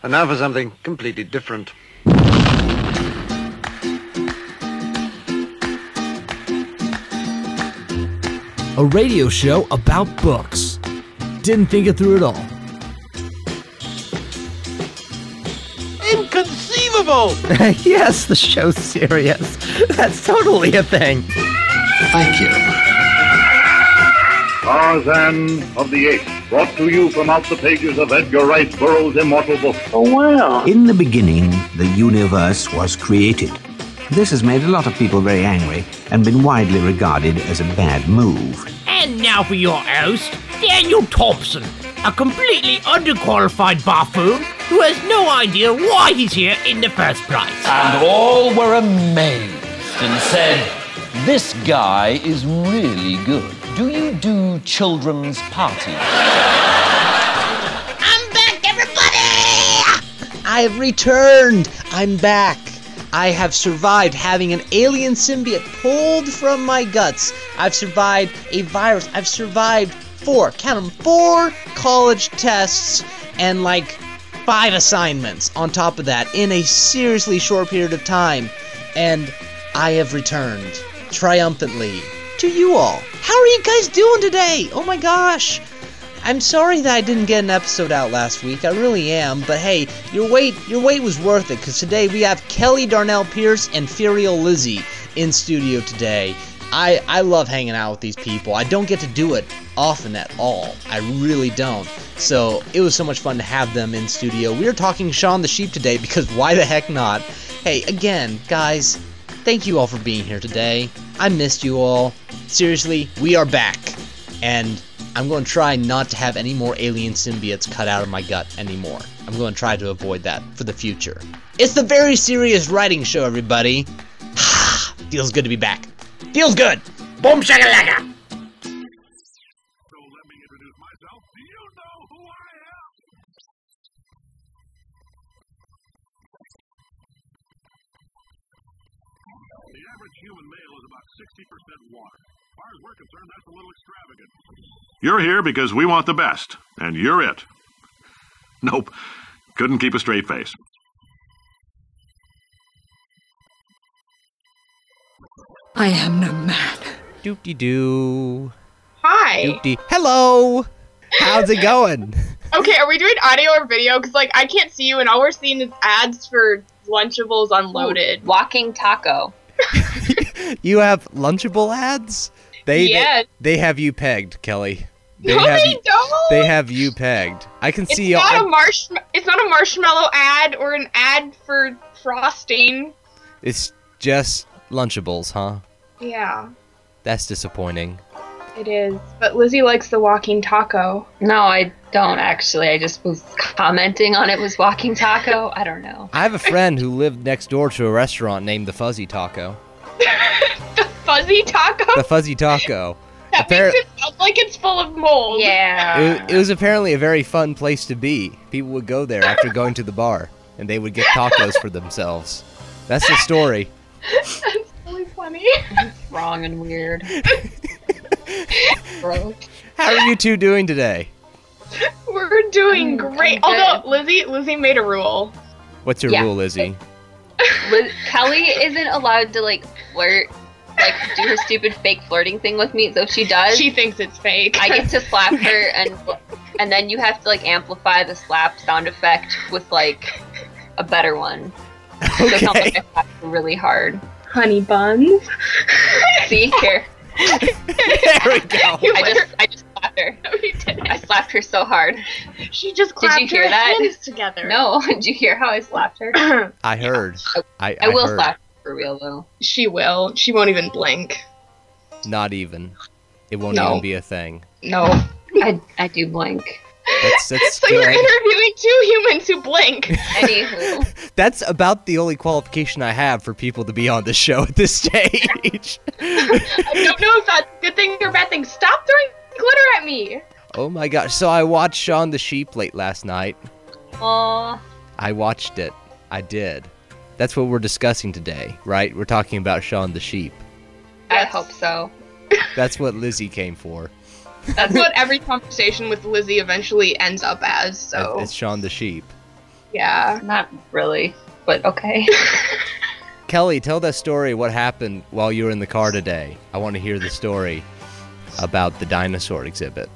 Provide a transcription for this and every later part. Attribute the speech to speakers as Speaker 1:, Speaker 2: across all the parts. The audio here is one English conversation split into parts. Speaker 1: And now for something completely different.
Speaker 2: A radio show about books. Didn't think it through at all.
Speaker 3: Inconceivable!
Speaker 4: yes, the show's serious. That's totally a thing.
Speaker 5: Thank you.
Speaker 6: Tarzan of the Apes, brought to you from out the pages of Edgar Rice Burroughs' immortal book.
Speaker 7: Oh, wow.
Speaker 8: In the beginning, the universe was created. This has made a lot of people very angry and been widely regarded as a bad move.
Speaker 9: And now for your host, Daniel Thompson, a completely underqualified buffoon who has no idea why he's here in the first place.
Speaker 10: And all were amazed and said, This guy is really good. Do you do children's parties?
Speaker 11: I'm back, everybody!
Speaker 12: I have returned. I'm back. I have survived having an alien symbiote pulled from my guts. I've survived a virus. I've survived four, count them, four college tests and like five assignments on top of that in a seriously short period of time. And I have returned triumphantly to you all. How are you guys doing today? Oh my gosh. I'm sorry that I didn't get an episode out last week. I really am, but hey, your wait your wait was worth it cuz today we have Kelly Darnell Pierce and Furiel Lizzie in studio today. I I love hanging out with these people. I don't get to do it often at all. I really don't. So, it was so much fun to have them in studio. We are talking Sean the Sheep today because why the heck not? Hey, again, guys, thank you all for being here today. I missed you all. Seriously, we are back. And I'm going to try not to have any more alien symbiotes cut out of my gut anymore. I'm going to try to avoid that for the future. It's the very serious writing show, everybody. Feels good to be back. Feels good. Boom shakalaka.
Speaker 6: The average human male is about 60% water. As far as we're concerned, that's a little extravagant.
Speaker 13: You're here because we want the best, and you're it. Nope, couldn't keep a straight face.
Speaker 14: I am no man.
Speaker 4: Doop de doo.
Speaker 15: Hi.
Speaker 4: Doop-de- Hello. How's it going?
Speaker 15: Okay, are we doing audio or video? Because like I can't see you, and all we're seeing is ads for Lunchables Unloaded.
Speaker 16: Walking taco.
Speaker 4: you have Lunchable ads? They,
Speaker 15: Yes.
Speaker 4: they they have you pegged, Kelly.
Speaker 15: No,
Speaker 4: have
Speaker 15: they
Speaker 4: you,
Speaker 15: don't.
Speaker 4: They have you pegged. I can
Speaker 15: It's
Speaker 4: see
Speaker 15: not
Speaker 4: I-
Speaker 15: a marsh. It's not a marshmallow ad or an ad for frosting.
Speaker 4: It's just Lunchables, huh?
Speaker 15: Yeah,
Speaker 4: That's disappointing.
Speaker 15: it is. But Lizzie likes the walking taco.
Speaker 16: No, I don't actually. I just was commenting on it was walking taco. I don't know.
Speaker 4: I have a friend who lived next door to a restaurant named the Fuzzy Taco.
Speaker 15: Fuzzy taco.
Speaker 4: The Fuzzy Taco.
Speaker 15: that
Speaker 4: appar-
Speaker 15: makes it sound like it's full of mold.
Speaker 16: Yeah.
Speaker 4: It, it was apparently a very fun place to be. People would go there after going to the bar, and they would get tacos for themselves. That's the story.
Speaker 15: That's really funny.
Speaker 16: Wrong and weird. Gross.
Speaker 4: How are you two doing today?
Speaker 15: We're doing
Speaker 16: Mm,
Speaker 15: great.
Speaker 16: I'm good.
Speaker 15: Although Lizzie, Lizzie made a rule.
Speaker 4: What's your
Speaker 16: Yeah.
Speaker 4: rule, Lizzie?
Speaker 16: Liz- Kelly isn't allowed to like flirt, like do her stupid fake flirting thing with me. So if she does,
Speaker 15: She thinks it's fake.
Speaker 16: I get to slap her, and and then you have to like amplify the slap sound effect with like a better one. So it sounds like I slapped her really hard.
Speaker 15: honey buns.
Speaker 16: See here,
Speaker 4: there we go.
Speaker 15: You
Speaker 16: I just I just slapped her.
Speaker 15: You did.
Speaker 16: I slapped her so hard.
Speaker 15: She just
Speaker 16: Did you
Speaker 15: clapped
Speaker 16: hear
Speaker 15: her
Speaker 16: that?
Speaker 15: hands together.
Speaker 16: No, did you hear how I slapped her? I,
Speaker 4: I heard. I, I
Speaker 16: will
Speaker 4: heard.
Speaker 16: slap her for real though.
Speaker 15: She will. She won't even blink.
Speaker 4: Not even. It won't
Speaker 15: No.
Speaker 4: even be a thing.
Speaker 15: No.
Speaker 16: I I do blink.
Speaker 4: That's that's
Speaker 15: So you're
Speaker 4: good.
Speaker 15: interviewing two humans who blink.
Speaker 16: Anywho.
Speaker 4: That's about the only qualification I have for people to be on the show at this stage.
Speaker 15: I don't know if that's a good thing or bad thing. Stop throwing glitter at me.
Speaker 4: oh my gosh! So I watched Shaun the Sheep late last night.
Speaker 16: Aw.
Speaker 4: I watched it. I did. That's what we're discussing today, right? We're talking about Shaun the Sheep.
Speaker 16: I
Speaker 15: Yes.
Speaker 16: hope so.
Speaker 4: That's what Lizzie came for.
Speaker 15: That's what every conversation with Lizzie eventually ends up as. So
Speaker 4: It's Shaun the Sheep.
Speaker 16: Yeah, not really, but okay.
Speaker 4: Kelly, tell that story what happened while you were in the car today. I want to hear the story about the dinosaur exhibit.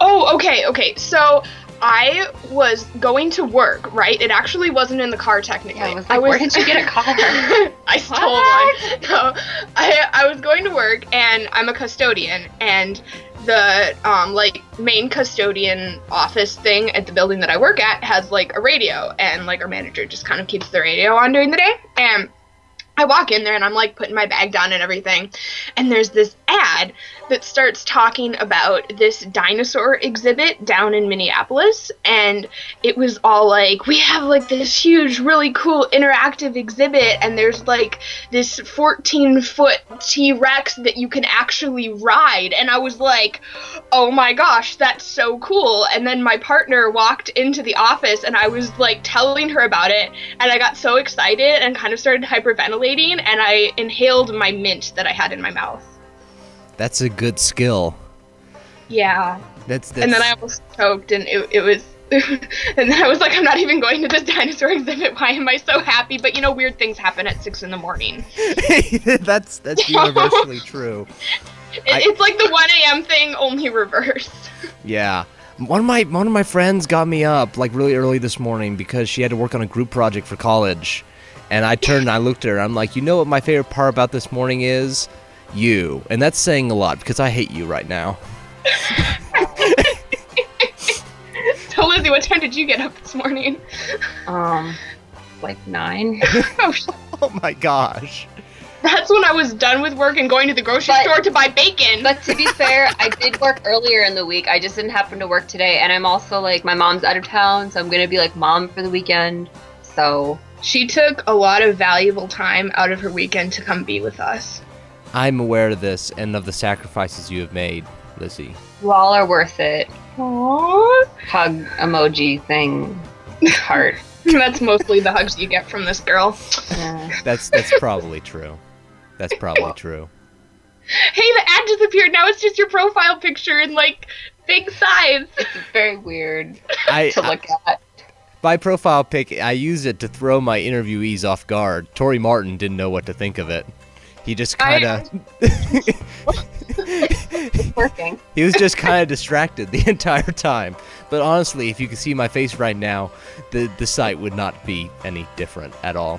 Speaker 15: Oh, okay, okay. So I was going to work, right? It actually wasn't in the car technically.
Speaker 16: I was like, where did you get a car?
Speaker 15: I stole one. No, I I was going to work, and I'm a custodian, and the um like main custodian office thing at the building that I work at has like a radio, and like our manager just kind of keeps the radio on during the day, and. I walk in there and I'm like putting my bag down and everything. And there's this ad that starts talking about this dinosaur exhibit down in Minneapolis. And it was all like, we have like this huge, really cool interactive exhibit. And there's like this 14 foot T Rex that you can actually ride. And I was like, oh my gosh, that's so cool. And then my partner walked into the office and I was like telling her about it. And I got so excited and kind of started hyperventilating and I inhaled my mint that I had in my mouth.
Speaker 4: That's a good skill.
Speaker 15: Yeah.
Speaker 4: That's, that's
Speaker 15: And then I almost choked, and it, it was. and then I was like, I'm not even going to this dinosaur exhibit. Why am I so happy? But you know, weird things happen at six in the morning.
Speaker 4: that's that's universally true.
Speaker 15: It, it's like the 1 a.m. thing, only reversed.
Speaker 4: Yeah. One of my one of my friends got me up like really early this morning because she had to work on a group project for college. And I turned and I looked at her. I'm like, you know what my favorite part about this morning is? You. And that's saying a lot because I hate you right now.
Speaker 15: so, Lizzie, what time did you get up this morning?
Speaker 16: Um, like nine.
Speaker 4: oh my gosh.
Speaker 15: That's when I was done with work and going to the grocery
Speaker 16: But-
Speaker 15: store to buy bacon.
Speaker 16: But to be fair, I did work earlier in the week. I just didn't happen to work today, and I'm also like my mom's out of town, so I'm gonna be like mom for the weekend. So
Speaker 15: She took a lot of valuable time out of her weekend to come be with us.
Speaker 4: I'm aware of this and of the sacrifices you have made, Lizzie.
Speaker 16: you all are worth it.
Speaker 15: Aww.
Speaker 16: Hug emoji thing, heart.
Speaker 15: That's mostly the hugs you get from this girl.
Speaker 4: That's that's probably true. That's probably true.
Speaker 15: Hey, the ad disappeared. Now it's just your profile picture in like big size.
Speaker 16: It's very weird
Speaker 4: I-
Speaker 16: to look at.
Speaker 4: My profile pic, I use it to throw my interviewees off guard. Tori Martin didn't know what to think of it. He just
Speaker 16: I-
Speaker 4: kind of
Speaker 16: It's working.
Speaker 4: he was just kind of distracted the entire time. But honestly, if you could see my face right now, the the site would not be any different at all.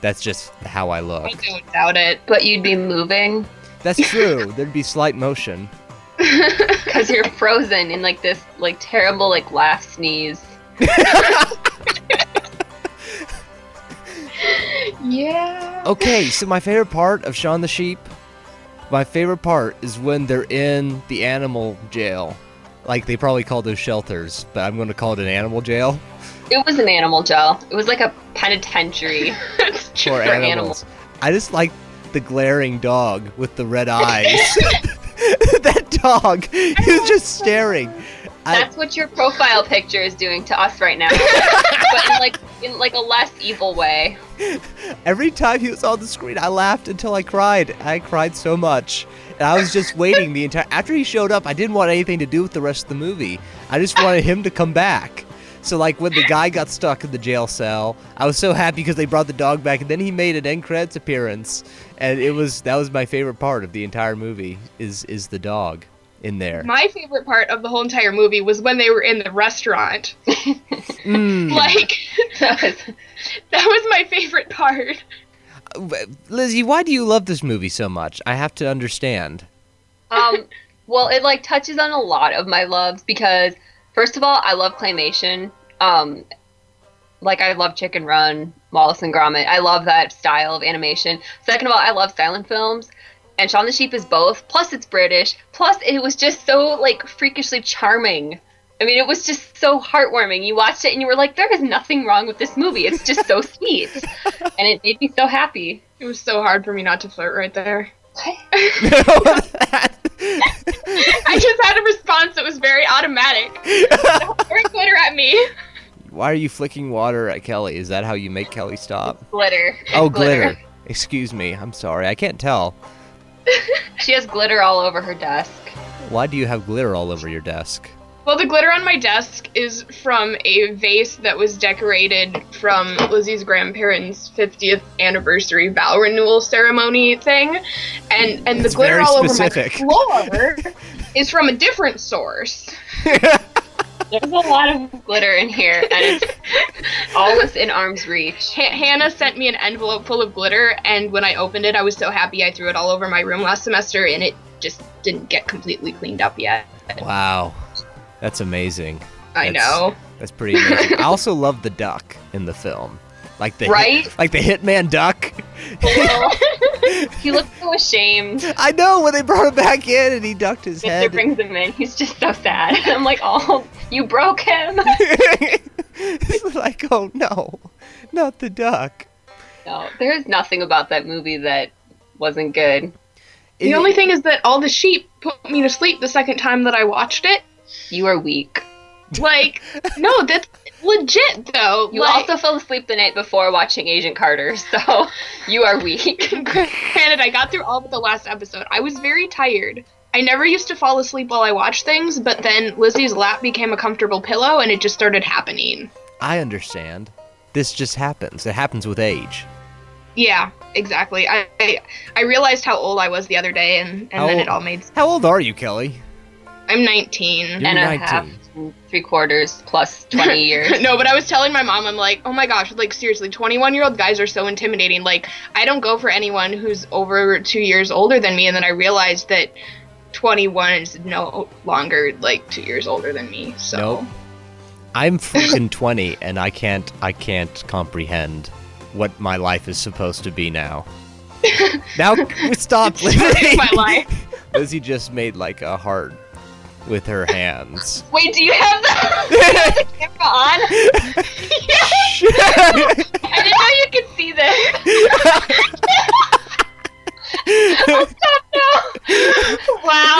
Speaker 4: That's just how I
Speaker 16: I
Speaker 4: look.
Speaker 16: don't doubt it. But you'd be moving
Speaker 4: That's true. There'd be slight motion.
Speaker 16: because you're frozen in like this like terrible like laugh sneeze.
Speaker 15: Yeah.
Speaker 4: Okay, so my favorite part of Shaun the Sheep, my favorite part is when they're in the animal jail. Like they probably call those shelters, but I'm going to call it an animal jail
Speaker 16: It was an animal gel. It was like a penitentiary
Speaker 4: for animals. I just like the glaring dog with the red eyes. that dog, he was just staring. I,
Speaker 16: That's what your profile picture is doing to us right now, but in like in like a less evil way.
Speaker 4: every time he was on the screen, I laughed until I cried. I cried so much. And I was just waiting the entire after he showed up, I didn't want anything to do with the rest of the movie. I just wanted him to come back. So like when the guy got stuck in the jail cell, I was so happy because they brought the dog back and then he made an end credits appearance. And it was that was my favorite part of the entire movie is is the dog in there.
Speaker 15: My favorite part of the whole entire movie was when they were in the restaurant.
Speaker 4: Mm.
Speaker 15: Like that was that was my favorite part.
Speaker 4: Lizzie, why do you love this movie so much? I have to understand.
Speaker 16: Um, well, it like touches on a lot of my loves because first of all, I love claymation. Um, like I love Chicken Run, Wallace and Gromit. I love that style of animation. Second of all, I love silent films. And Shaun the Sheep is both. Plus, it's British. Plus, it was just so like freakishly charming. I mean, it was just so heartwarming. You watched it and you were like, "There is nothing wrong with this movie. It's just so sweet," and it made me so happy.
Speaker 15: It was so hard for me not to flirt right there. I just had a response that was very automatic. Don't glitter at me.
Speaker 4: Why are you flicking water at Kelly? Is that how you make Kelly stop?
Speaker 16: Glitter.
Speaker 4: Oh, glitter. Excuse me. I'm sorry. I can't tell.
Speaker 16: She has glitter all over her desk.
Speaker 4: Why do you have glitter all over your desk?
Speaker 15: Well, the glitter on my desk is from a vase that was decorated from Lizzie's grandparents' 50th anniversary vow renewal ceremony thing, and and
Speaker 4: That's
Speaker 15: the glitter
Speaker 4: very
Speaker 15: all
Speaker 4: specific.
Speaker 15: over my floor is from a different source.
Speaker 16: There's a lot of glitter in here, and it's all within arm's reach.
Speaker 15: Ha- Hannah sent me an envelope full of glitter, and when I opened it, I was so happy I threw it all over my room last semester, and it just didn't get completely cleaned up yet.
Speaker 4: Wow, that's amazing.
Speaker 15: I
Speaker 4: That's-
Speaker 15: know.
Speaker 4: That's pretty amazing. I also love the duck in the film, like the hit-
Speaker 16: Right?
Speaker 4: like the hitman duck.
Speaker 16: he looks so ashamed.
Speaker 4: I know when they brought him back in and he ducked his
Speaker 16: Mister
Speaker 4: head.
Speaker 16: brings him in. He's just so sad. I'm like, oh, you broke him.
Speaker 4: It's like, oh no, not the duck.
Speaker 16: No, there is nothing about that movie that wasn't good.
Speaker 15: The only thing is that all the sheep put me to sleep the second time that I watched it.
Speaker 16: You are weak.
Speaker 15: Like, no, that's legit though.
Speaker 16: You
Speaker 15: like,
Speaker 16: also fell asleep the night before watching Agent Carter, so you are weak.
Speaker 15: granted, I got through all but the last episode. I was very tired. I never used to fall asleep while I watched things, but then Lizzie's lap became a comfortable pillow, and it just started happening.
Speaker 4: I understand. This just happens. It happens with age.
Speaker 15: Yeah, exactly. I I, I realized how old I was the other day, and, and
Speaker 4: How
Speaker 15: then
Speaker 4: ol-
Speaker 15: it all made.
Speaker 4: How old are you, Kelly?
Speaker 15: I'm 19
Speaker 4: You're And a 19. half,
Speaker 16: three quarters plus 20 years.
Speaker 15: no, but I was telling my mom, I'm like, oh my gosh, like seriously, 21 year old guys are so intimidating. Like, I don't go for anyone who's over two years older than me, and then I realized that 21 is no longer like two years older than me. So.
Speaker 4: Nope. I'm freaking 20 and I can't I can't comprehend what my life is supposed to be now. now stop Lizzie.
Speaker 16: my life.
Speaker 4: Lizzie just made like a heart with her hands.
Speaker 16: Wait, do you have the, do you have the camera on? I didn't know you could see this. oh, stop now.
Speaker 15: Wow.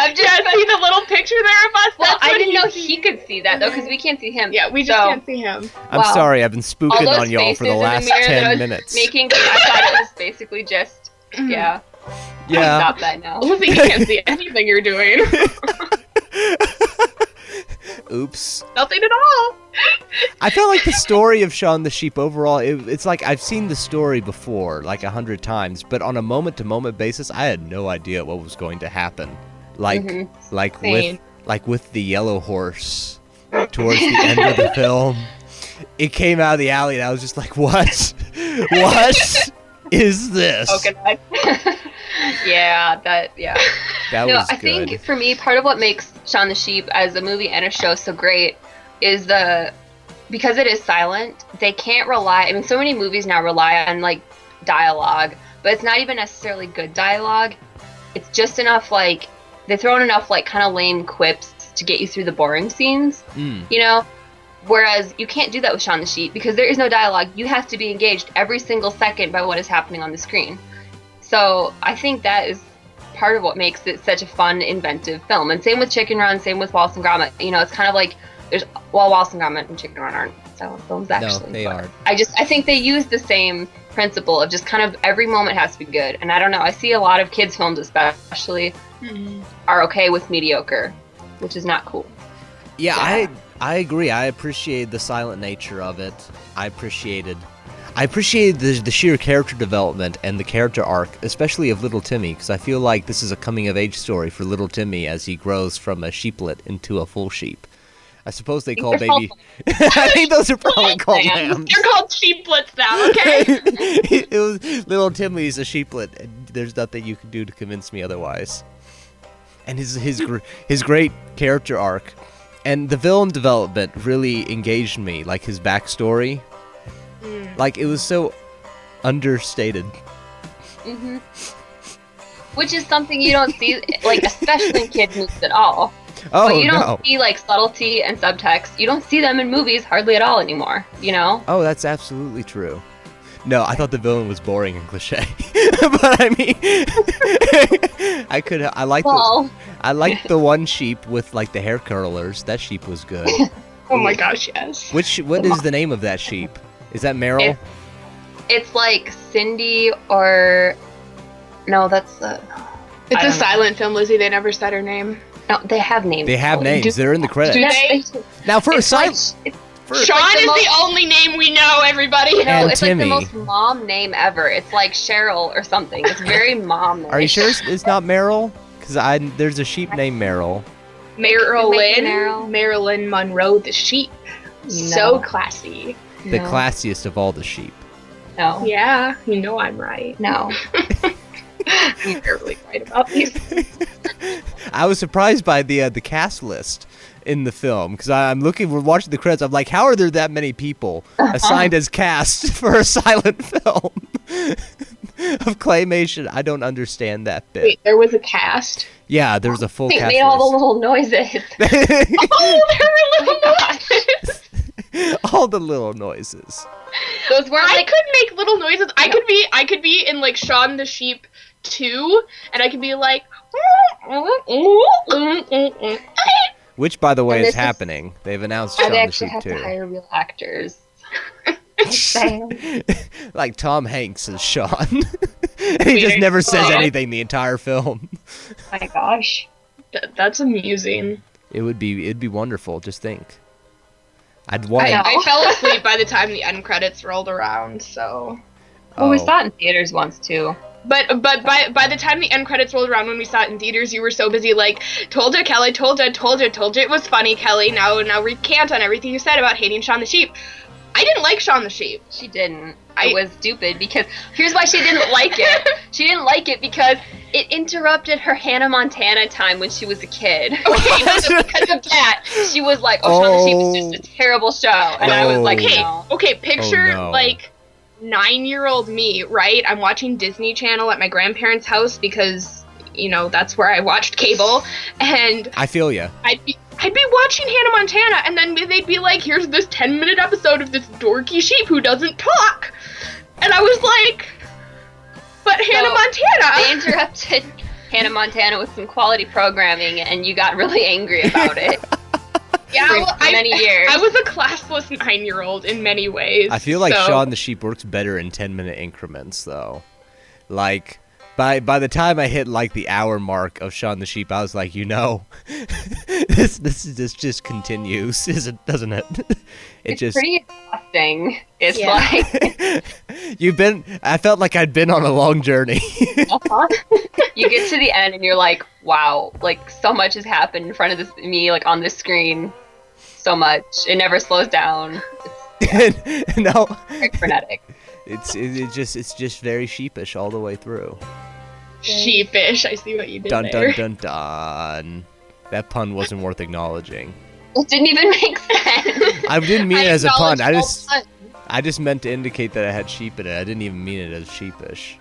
Speaker 16: I'm just
Speaker 15: Yeah, see the little picture there of us?
Speaker 16: Well,
Speaker 15: That's
Speaker 16: I
Speaker 15: what he
Speaker 16: didn't know he could see that though, because we can't see him.
Speaker 15: Yeah, we just
Speaker 16: So-
Speaker 15: can't see him.
Speaker 4: I'm
Speaker 16: Wow.
Speaker 4: sorry, I've been
Speaker 16: All
Speaker 4: spooking
Speaker 16: those
Speaker 4: on y'all for the
Speaker 16: faces in
Speaker 4: last
Speaker 16: mirror that
Speaker 4: 10
Speaker 16: I was
Speaker 4: minutes.
Speaker 16: Making, I thought it was basically just
Speaker 15: Mm-hmm.
Speaker 16: yeah.
Speaker 4: Yeah.
Speaker 16: Stop that now.
Speaker 15: Lizzie can't see anything you're doing.
Speaker 4: Oops.
Speaker 15: Nothing at all.
Speaker 4: I felt like the story of Shaun the Sheep overall, it, it's like I've seen the story before, like a hundred times, but on a moment to moment basis, I had no idea what was going to happen. Like,
Speaker 16: Mhm.
Speaker 4: like
Speaker 16: Same.
Speaker 4: with, like with the yellow horse towards the end of the film, it came out of the alley, and I was just like, "What? what is this?"
Speaker 16: Coconut. yeah, that yeah.
Speaker 4: That
Speaker 16: no,
Speaker 4: was
Speaker 16: I
Speaker 4: good.
Speaker 16: think for me, part of what makes Shaun the Sheep as a movie and a show so great is the because it is silent. They can't rely. I mean, so many movies now rely on like dialogue, but it's not even necessarily good dialogue. It's just enough like they throw in enough like kind of lame quips to get you through the boring scenes.
Speaker 4: Hmm.
Speaker 16: You know? Whereas you can't do that with Shaun the Sheep because there is no dialogue. You have to be engaged every single second by what is happening on the screen. So I think that is part of what makes it such a fun, inventive film. And same with Chicken Run, same with Wallace and Gromit. You know, it's kind of like there's well, Wallace and Gromit and Chicken Run aren't silent films actually.
Speaker 4: no, they are.
Speaker 16: I just I think they use the same principle of just kind of every moment has to be good. And I don't know, I see a lot of kids films especially
Speaker 4: Mm-hmm.
Speaker 16: are okay with mediocre, which is not cool.
Speaker 4: Yeah, I I agree. I appreciate the silent nature of it. I appreciated I appreciated the, the sheer character development and the character arc, especially of little Timmy, because I feel like this is a coming of age story for little Timmy as he grows from a sheeplet into a full sheep. I suppose they call
Speaker 15: they're
Speaker 4: baby. I think those are probably called lambs.
Speaker 15: They're called sheeplets now, okay?
Speaker 4: it was little Timmy's a sheeplet, and there's nothing you can do to convince me otherwise. And his his gr- his great character arc, and the villain development really engaged me. Like his backstory,
Speaker 16: Mm.
Speaker 4: like it was so understated.
Speaker 16: hmm Which is something you don't see, like especially in kids movies at all.
Speaker 4: Oh,
Speaker 16: but you don't
Speaker 4: no.
Speaker 16: see like subtlety and subtext. You don't see them in movies hardly at all anymore. You know?
Speaker 4: Oh, that's absolutely true. No, I thought the villain was boring and cliche, but I mean, I could I like
Speaker 16: Well.
Speaker 4: the I liked the one sheep with like the hair curlers. That sheep was good.
Speaker 15: oh my gosh, yes.
Speaker 4: Which what is the name of that sheep? Is that Meryl?
Speaker 16: It's like Cindy or no, uh, that's the.
Speaker 15: It's
Speaker 16: I
Speaker 15: a
Speaker 16: don't know.
Speaker 15: silent film, Lizzie. They never said her name.
Speaker 16: No, they have names.
Speaker 4: They have
Speaker 16: Colin.
Speaker 4: names.
Speaker 16: Do-
Speaker 4: They're in the credits.
Speaker 16: Yes, they-
Speaker 4: Now for a
Speaker 16: It's like-
Speaker 4: silent.
Speaker 16: it's
Speaker 15: Sean
Speaker 16: like
Speaker 15: is
Speaker 16: most-
Speaker 15: the only name we know, everybody.
Speaker 16: No,
Speaker 4: And
Speaker 16: it's
Speaker 4: Timmy.
Speaker 16: like the most mom name ever. It's like Cheryl or something. It's very mom.
Speaker 4: Are you sure it's, it's not Meryl? Because I there's a sheep named Meryl.
Speaker 15: Marilyn, Marilyn Monroe, the sheep. So classy.
Speaker 4: The classiest of all the sheep.
Speaker 16: No.
Speaker 15: Yeah, you know I'm right.
Speaker 16: No.
Speaker 15: You're really right about these.
Speaker 4: I was surprised by the uh, the cast list in the film because I'm looking we're watching the credits. I'm like, how are there that many people
Speaker 16: Uh-huh.
Speaker 4: assigned as cast for a silent film of claymation? I don't understand that bit.
Speaker 15: Wait, there was a cast.
Speaker 4: Yeah, there's a full
Speaker 16: They
Speaker 4: cast
Speaker 16: made all
Speaker 4: list.
Speaker 16: the little noises.
Speaker 15: oh, there were little noises.
Speaker 4: all the little noises.
Speaker 16: Those were
Speaker 15: I could make little noises. I could be I could be in like Shaun the Sheep 2 and I could be like
Speaker 4: Which, by the way,
Speaker 16: And
Speaker 4: is
Speaker 16: this is-
Speaker 4: happening. They've announced
Speaker 16: I'd
Speaker 4: Shaun the
Speaker 16: actually
Speaker 4: Sheep
Speaker 16: have to
Speaker 4: too.
Speaker 16: hire real actors. Damn.
Speaker 4: Like Tom Hanks is Sean. and he just
Speaker 15: Weird.
Speaker 4: never says
Speaker 15: Aw.
Speaker 4: anything the entire film.
Speaker 16: Oh My gosh.
Speaker 15: Th- that's amusing.
Speaker 4: It would be it'd be wonderful, just think. I'd want
Speaker 15: I,
Speaker 4: him-
Speaker 15: I fell asleep by the time the end credits rolled around, so
Speaker 16: Well, we
Speaker 4: Oh.
Speaker 16: saw it in theaters once too.
Speaker 15: But but by by the time the end credits rolled around when we saw it in theaters, you were so busy like told ya Kelly, told ya, told ya, told ya it was funny, Kelly. Now now recant on everything you said about hating Shaun the Sheep. I didn't like Shaun the Sheep.
Speaker 16: She didn't. I was stupid because here's why she didn't like it. She didn't like it because it interrupted her Hannah Montana time when she was a kid. Okay, so because of that, she was like, "Oh, Shaun the Sheep is just a terrible show," and I was like,
Speaker 15: okay,
Speaker 16: "No."
Speaker 15: okay, picture
Speaker 16: Oh, no.
Speaker 15: like nine year old me, right? I'm watching Disney Channel at my grandparents' house because you know that's where I watched cable, and
Speaker 4: I feel ya.
Speaker 15: I'd be I'd be watching Hannah Montana, and then they'd be like, "Here's this ten minute episode of this dorky sheep who doesn't talk," and I was like, "But Hannah Montana."
Speaker 16: They interrupted Hannah Montana with some quality programming, and you got really angry about it.
Speaker 15: yeah,
Speaker 16: for
Speaker 15: well, I-
Speaker 16: many years.
Speaker 15: I was a classless nine year old in many ways.
Speaker 4: I feel like
Speaker 15: so-
Speaker 4: Shaun the Sheep works better in 10 minute increments, though. Like, by by the time I hit like the hour mark of Shaun the Sheep, I was like, you know, this this is this just continues, isn't doesn't it? It
Speaker 16: it's
Speaker 4: just
Speaker 16: pretty exhausting. It's
Speaker 15: Yeah.
Speaker 16: like
Speaker 4: you've been. I felt like I'd been on a long journey.
Speaker 16: you get to the end and you're like, wow, like so much has happened in front of this me, like on this screen. So much. It never slows down.
Speaker 4: no,
Speaker 16: It's frenetic.
Speaker 4: it's it, it just it's just very sheepish all the way through.
Speaker 15: sheepish. I see what you did
Speaker 4: Dun
Speaker 15: there.
Speaker 4: dun dun dun. That pun wasn't worth acknowledging.
Speaker 16: It didn't even make sense.
Speaker 4: I didn't mean it as a pun. I
Speaker 16: acknowledge all
Speaker 4: just
Speaker 16: pun.
Speaker 4: I just meant to indicate that I had sheep in it. I didn't even mean it as sheepish.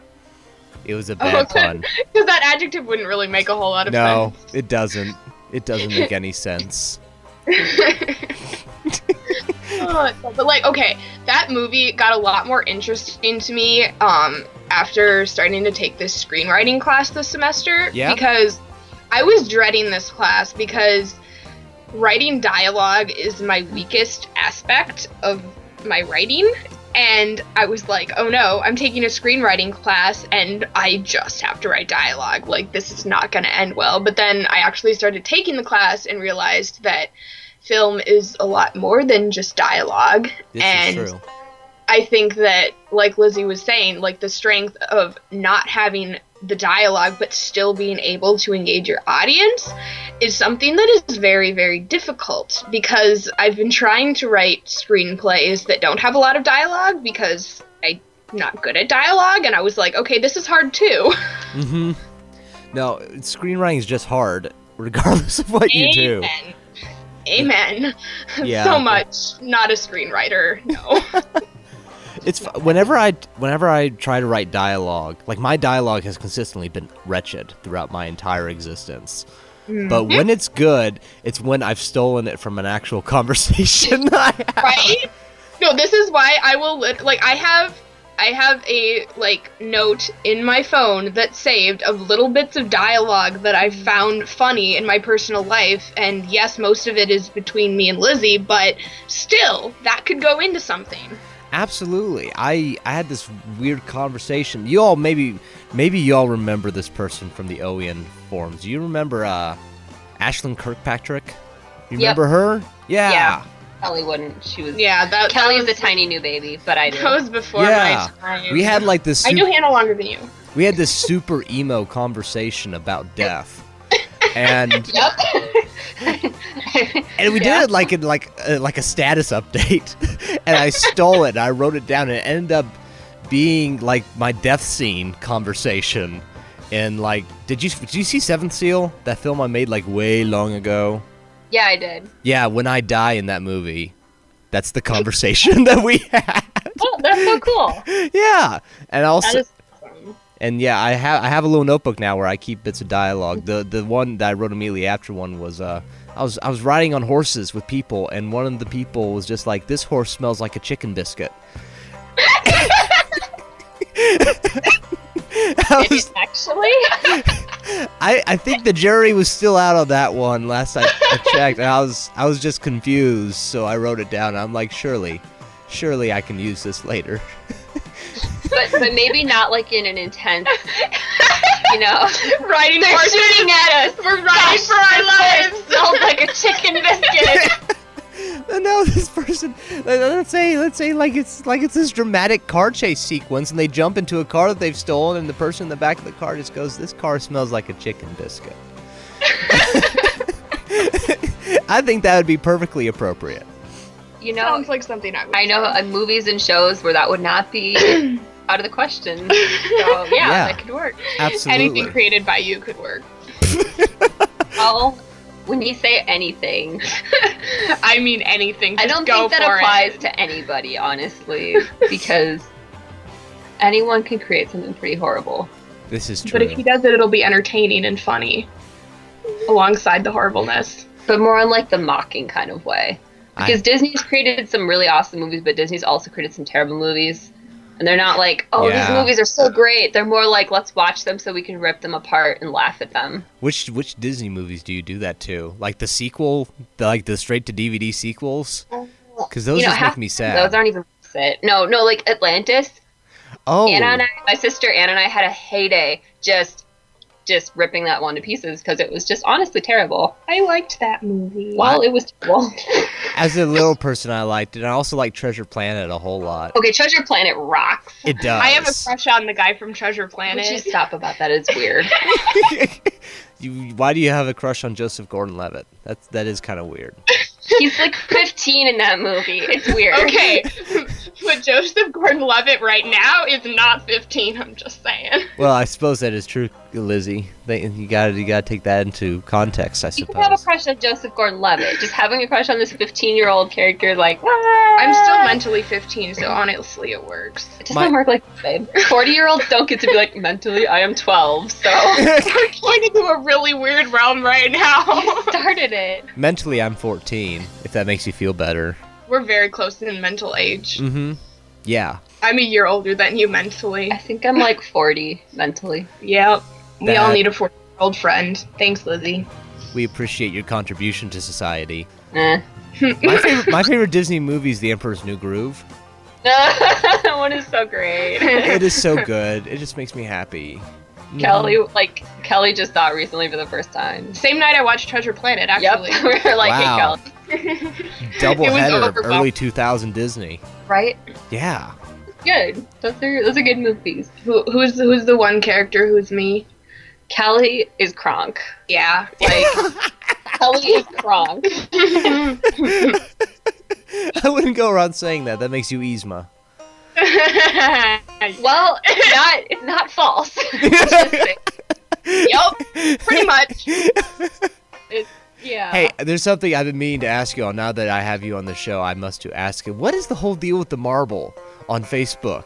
Speaker 4: It was a
Speaker 15: Oh,
Speaker 4: bad
Speaker 15: good.
Speaker 4: pun.
Speaker 15: Because that adjective wouldn't really make a whole lot of
Speaker 4: No, it doesn't. It doesn't make any sense.
Speaker 15: sense. Uh, but like, okay, that movie got a lot more interesting to me um, after starting to take this screenwriting class this semester.
Speaker 11: Yeah.
Speaker 15: Because I was dreading this class because writing dialogue is my weakest aspect of my writing. And I was like, oh no, I'm taking a screenwriting class and I just have to write dialogue. Like, this is not going to end well. But then I actually started taking the class and realized that film is a lot more than just dialogue.
Speaker 11: This is
Speaker 15: and
Speaker 11: true.
Speaker 15: I think that, like Lizzie was saying, like the strength of not having the dialogue but still being able to engage your audience is something that is very, very difficult because I've been trying to write screenplays that don't have a lot of dialogue because I'm not good at dialogue, and I was like, okay, this is hard too.
Speaker 4: Mm-hmm. No, screenwriting is just hard, regardless of what you do.
Speaker 15: Amen.
Speaker 4: Yeah.
Speaker 15: so much. Not a screenwriter. No.
Speaker 4: It's fu- whenever I whenever I try to write dialogue, like my dialogue has consistently been wretched throughout my entire existence. But
Speaker 11: Mhm.
Speaker 4: when it's good, it's when I've stolen it from an actual conversation.
Speaker 15: right? No, this is why I will lit- like I have I have a like note in my phone that's saved of little bits of dialogue that
Speaker 16: Mm-hmm.
Speaker 15: I've found funny in my personal life and yes, most of it is between me and Lizzie, but still that could go into something.
Speaker 4: Absolutely. I I had this weird conversation. You all maybe maybe y'all remember this person from the OEN forums. You remember uh Ashlyn Kirkpatrick. You
Speaker 16: Yep.
Speaker 4: remember her? Yeah.
Speaker 16: Kelly wouldn't. She was.
Speaker 15: Yeah, that
Speaker 16: Kelly was, a tiny new baby, but I did.
Speaker 15: That was before
Speaker 4: Yeah.
Speaker 15: my time.
Speaker 4: We had, like, this
Speaker 15: I knew
Speaker 4: sup-
Speaker 15: Hannah longer than you.
Speaker 4: We had this super emo conversation about death. And
Speaker 16: Yep.
Speaker 4: and we did it like in like uh, like a status update, and I stole it. And I wrote it down, and it ended up being like my death scene conversation. And like, did you did you see Seventh Seal? That film I made like way long ago.
Speaker 16: Yeah, I did.
Speaker 4: Yeah, when I die in that movie, that's the conversation that we had.
Speaker 16: Oh, that's so cool.
Speaker 4: Yeah, and also,
Speaker 16: is
Speaker 4: and yeah, I have I have a little notebook now where I keep bits of dialogue. The the one that I wrote immediately after one was uh, I was I was riding on horses with people, and one of the people was just like, "This horse smells like a chicken biscuit." I was-
Speaker 16: Actually,
Speaker 4: I, I think the jury was still out on that one last I, I checked. And I was I was just confused, so I wrote it down. I'm like, surely, surely I can use this later.
Speaker 16: but but maybe not like in an intense. You know,
Speaker 15: Riding
Speaker 16: They're
Speaker 15: horses.
Speaker 16: shooting at us.
Speaker 15: We're riding
Speaker 16: Gosh,
Speaker 15: for our
Speaker 16: this horse
Speaker 15: lives.
Speaker 16: Smells like a chicken biscuit.
Speaker 4: And now this person, let- let's say let's say like it's like it's this dramatic car chase sequence, and they jump into a car that they've stolen, and the person in the back of the car just goes, "This car smells like a chicken biscuit." I think that would be perfectly appropriate.
Speaker 16: You know,
Speaker 15: Sounds like something I would.
Speaker 16: I know uh, movies and shows where that would not be out of the question. So yeah,
Speaker 4: Yeah.
Speaker 16: that could work.
Speaker 4: Absolutely.
Speaker 15: Anything created by you could work.
Speaker 16: Well, when you say anything,
Speaker 15: I mean anything.
Speaker 16: I
Speaker 15: Just
Speaker 16: don't
Speaker 15: go
Speaker 16: think that
Speaker 15: for it.
Speaker 16: applies to anybody, honestly, because anyone can create something pretty horrible.
Speaker 4: This is
Speaker 15: But if he does it, it'll be entertaining and funny, alongside the horribleness.
Speaker 16: but more on like the mocking kind of way.
Speaker 4: I-
Speaker 16: Because Disney's created some really awesome movies, but Disney's also created some terrible movies. And they're not like, oh,
Speaker 4: Yeah.
Speaker 16: these movies are so great. They're more like, let's watch them so we can rip them apart and laugh at them.
Speaker 4: Which which Disney movies do you do that to? Like the sequel, the, like the straight to DVD sequels? Because those
Speaker 16: You know,
Speaker 4: just
Speaker 16: half
Speaker 4: make me
Speaker 16: the time Those
Speaker 4: sad.
Speaker 16: aren't even worth it. No, no, like Atlantis.
Speaker 4: oh,
Speaker 16: Anna and I, my sister Anna and I had a heyday just, just ripping that one to pieces because it was just honestly terrible.
Speaker 15: I liked that movie.
Speaker 16: Well, it was terrible.
Speaker 4: as a little person, I liked it. and I also like Treasure Planet a whole lot.
Speaker 16: okay, Treasure Planet rocks.
Speaker 4: It does.
Speaker 15: I have a crush on the guy from Treasure Planet.
Speaker 16: Would you stop about that? It's weird.
Speaker 4: You, why do you have a crush on Joseph Gordon-Levitt? That's that is kind of weird.
Speaker 16: He's like 15 in that movie. It's weird.
Speaker 15: Okay, but Joseph Gordon-Levitt right now is not 15. I'm just saying.
Speaker 4: Well, I suppose that is true, Lizzie. They, you got to you got to take that into context, I
Speaker 16: You can have a
Speaker 4: suppose.
Speaker 16: crush on Joseph Gordon-Levitt. Just having a crush on this 15-year-old character, like, "Ah."
Speaker 15: I'm still mentally 15, so honestly, it works.
Speaker 16: it doesn't work like that, babe. 40-year-olds don't get to be like, mentally, I am 12, so.
Speaker 15: We're going into a really weird realm right now.
Speaker 16: started it.
Speaker 4: Mentally, I'm 14. If that makes you feel better.
Speaker 15: We're very close in mental age.
Speaker 4: Mm-hmm. Yeah.
Speaker 15: I'm a year older than you mentally.
Speaker 16: I think I'm like 40 mentally.
Speaker 15: Yep. We all
Speaker 4: That-
Speaker 15: need a 40 year old friend. Thanks, Lizzie.
Speaker 4: We appreciate your contribution to society.
Speaker 16: Eh.
Speaker 4: my favorite, my favorite Disney movie is The Emperor's New Groove.
Speaker 16: that one is so great.
Speaker 4: It is so good. It just makes me happy.
Speaker 16: Kelly, like, Kelly just saw it recently for the first time.
Speaker 15: Same night I watched Treasure Planet, actually.
Speaker 16: Yep. we were like, hey,
Speaker 4: Wow.
Speaker 16: Kelly.
Speaker 4: Double
Speaker 15: It was
Speaker 4: header of
Speaker 15: overwhelming.
Speaker 4: early 2000 Disney.
Speaker 16: Right?
Speaker 4: Yeah.
Speaker 16: Good. Those are, those are good movies.
Speaker 15: Who, who's who's the one character who's me?
Speaker 16: Kelly is Kronk.
Speaker 15: Yeah.
Speaker 16: Like, Kelly is Kronk.
Speaker 4: I wouldn't go around saying that. That makes you Yzma.
Speaker 16: Well, not not false.
Speaker 15: yep. Pretty much. It's-
Speaker 16: yeah.
Speaker 4: Hey, there's something I've been meaning to ask you all. Now that I have you on the show, I must to ask you. What is the whole deal with the marble on Facebook?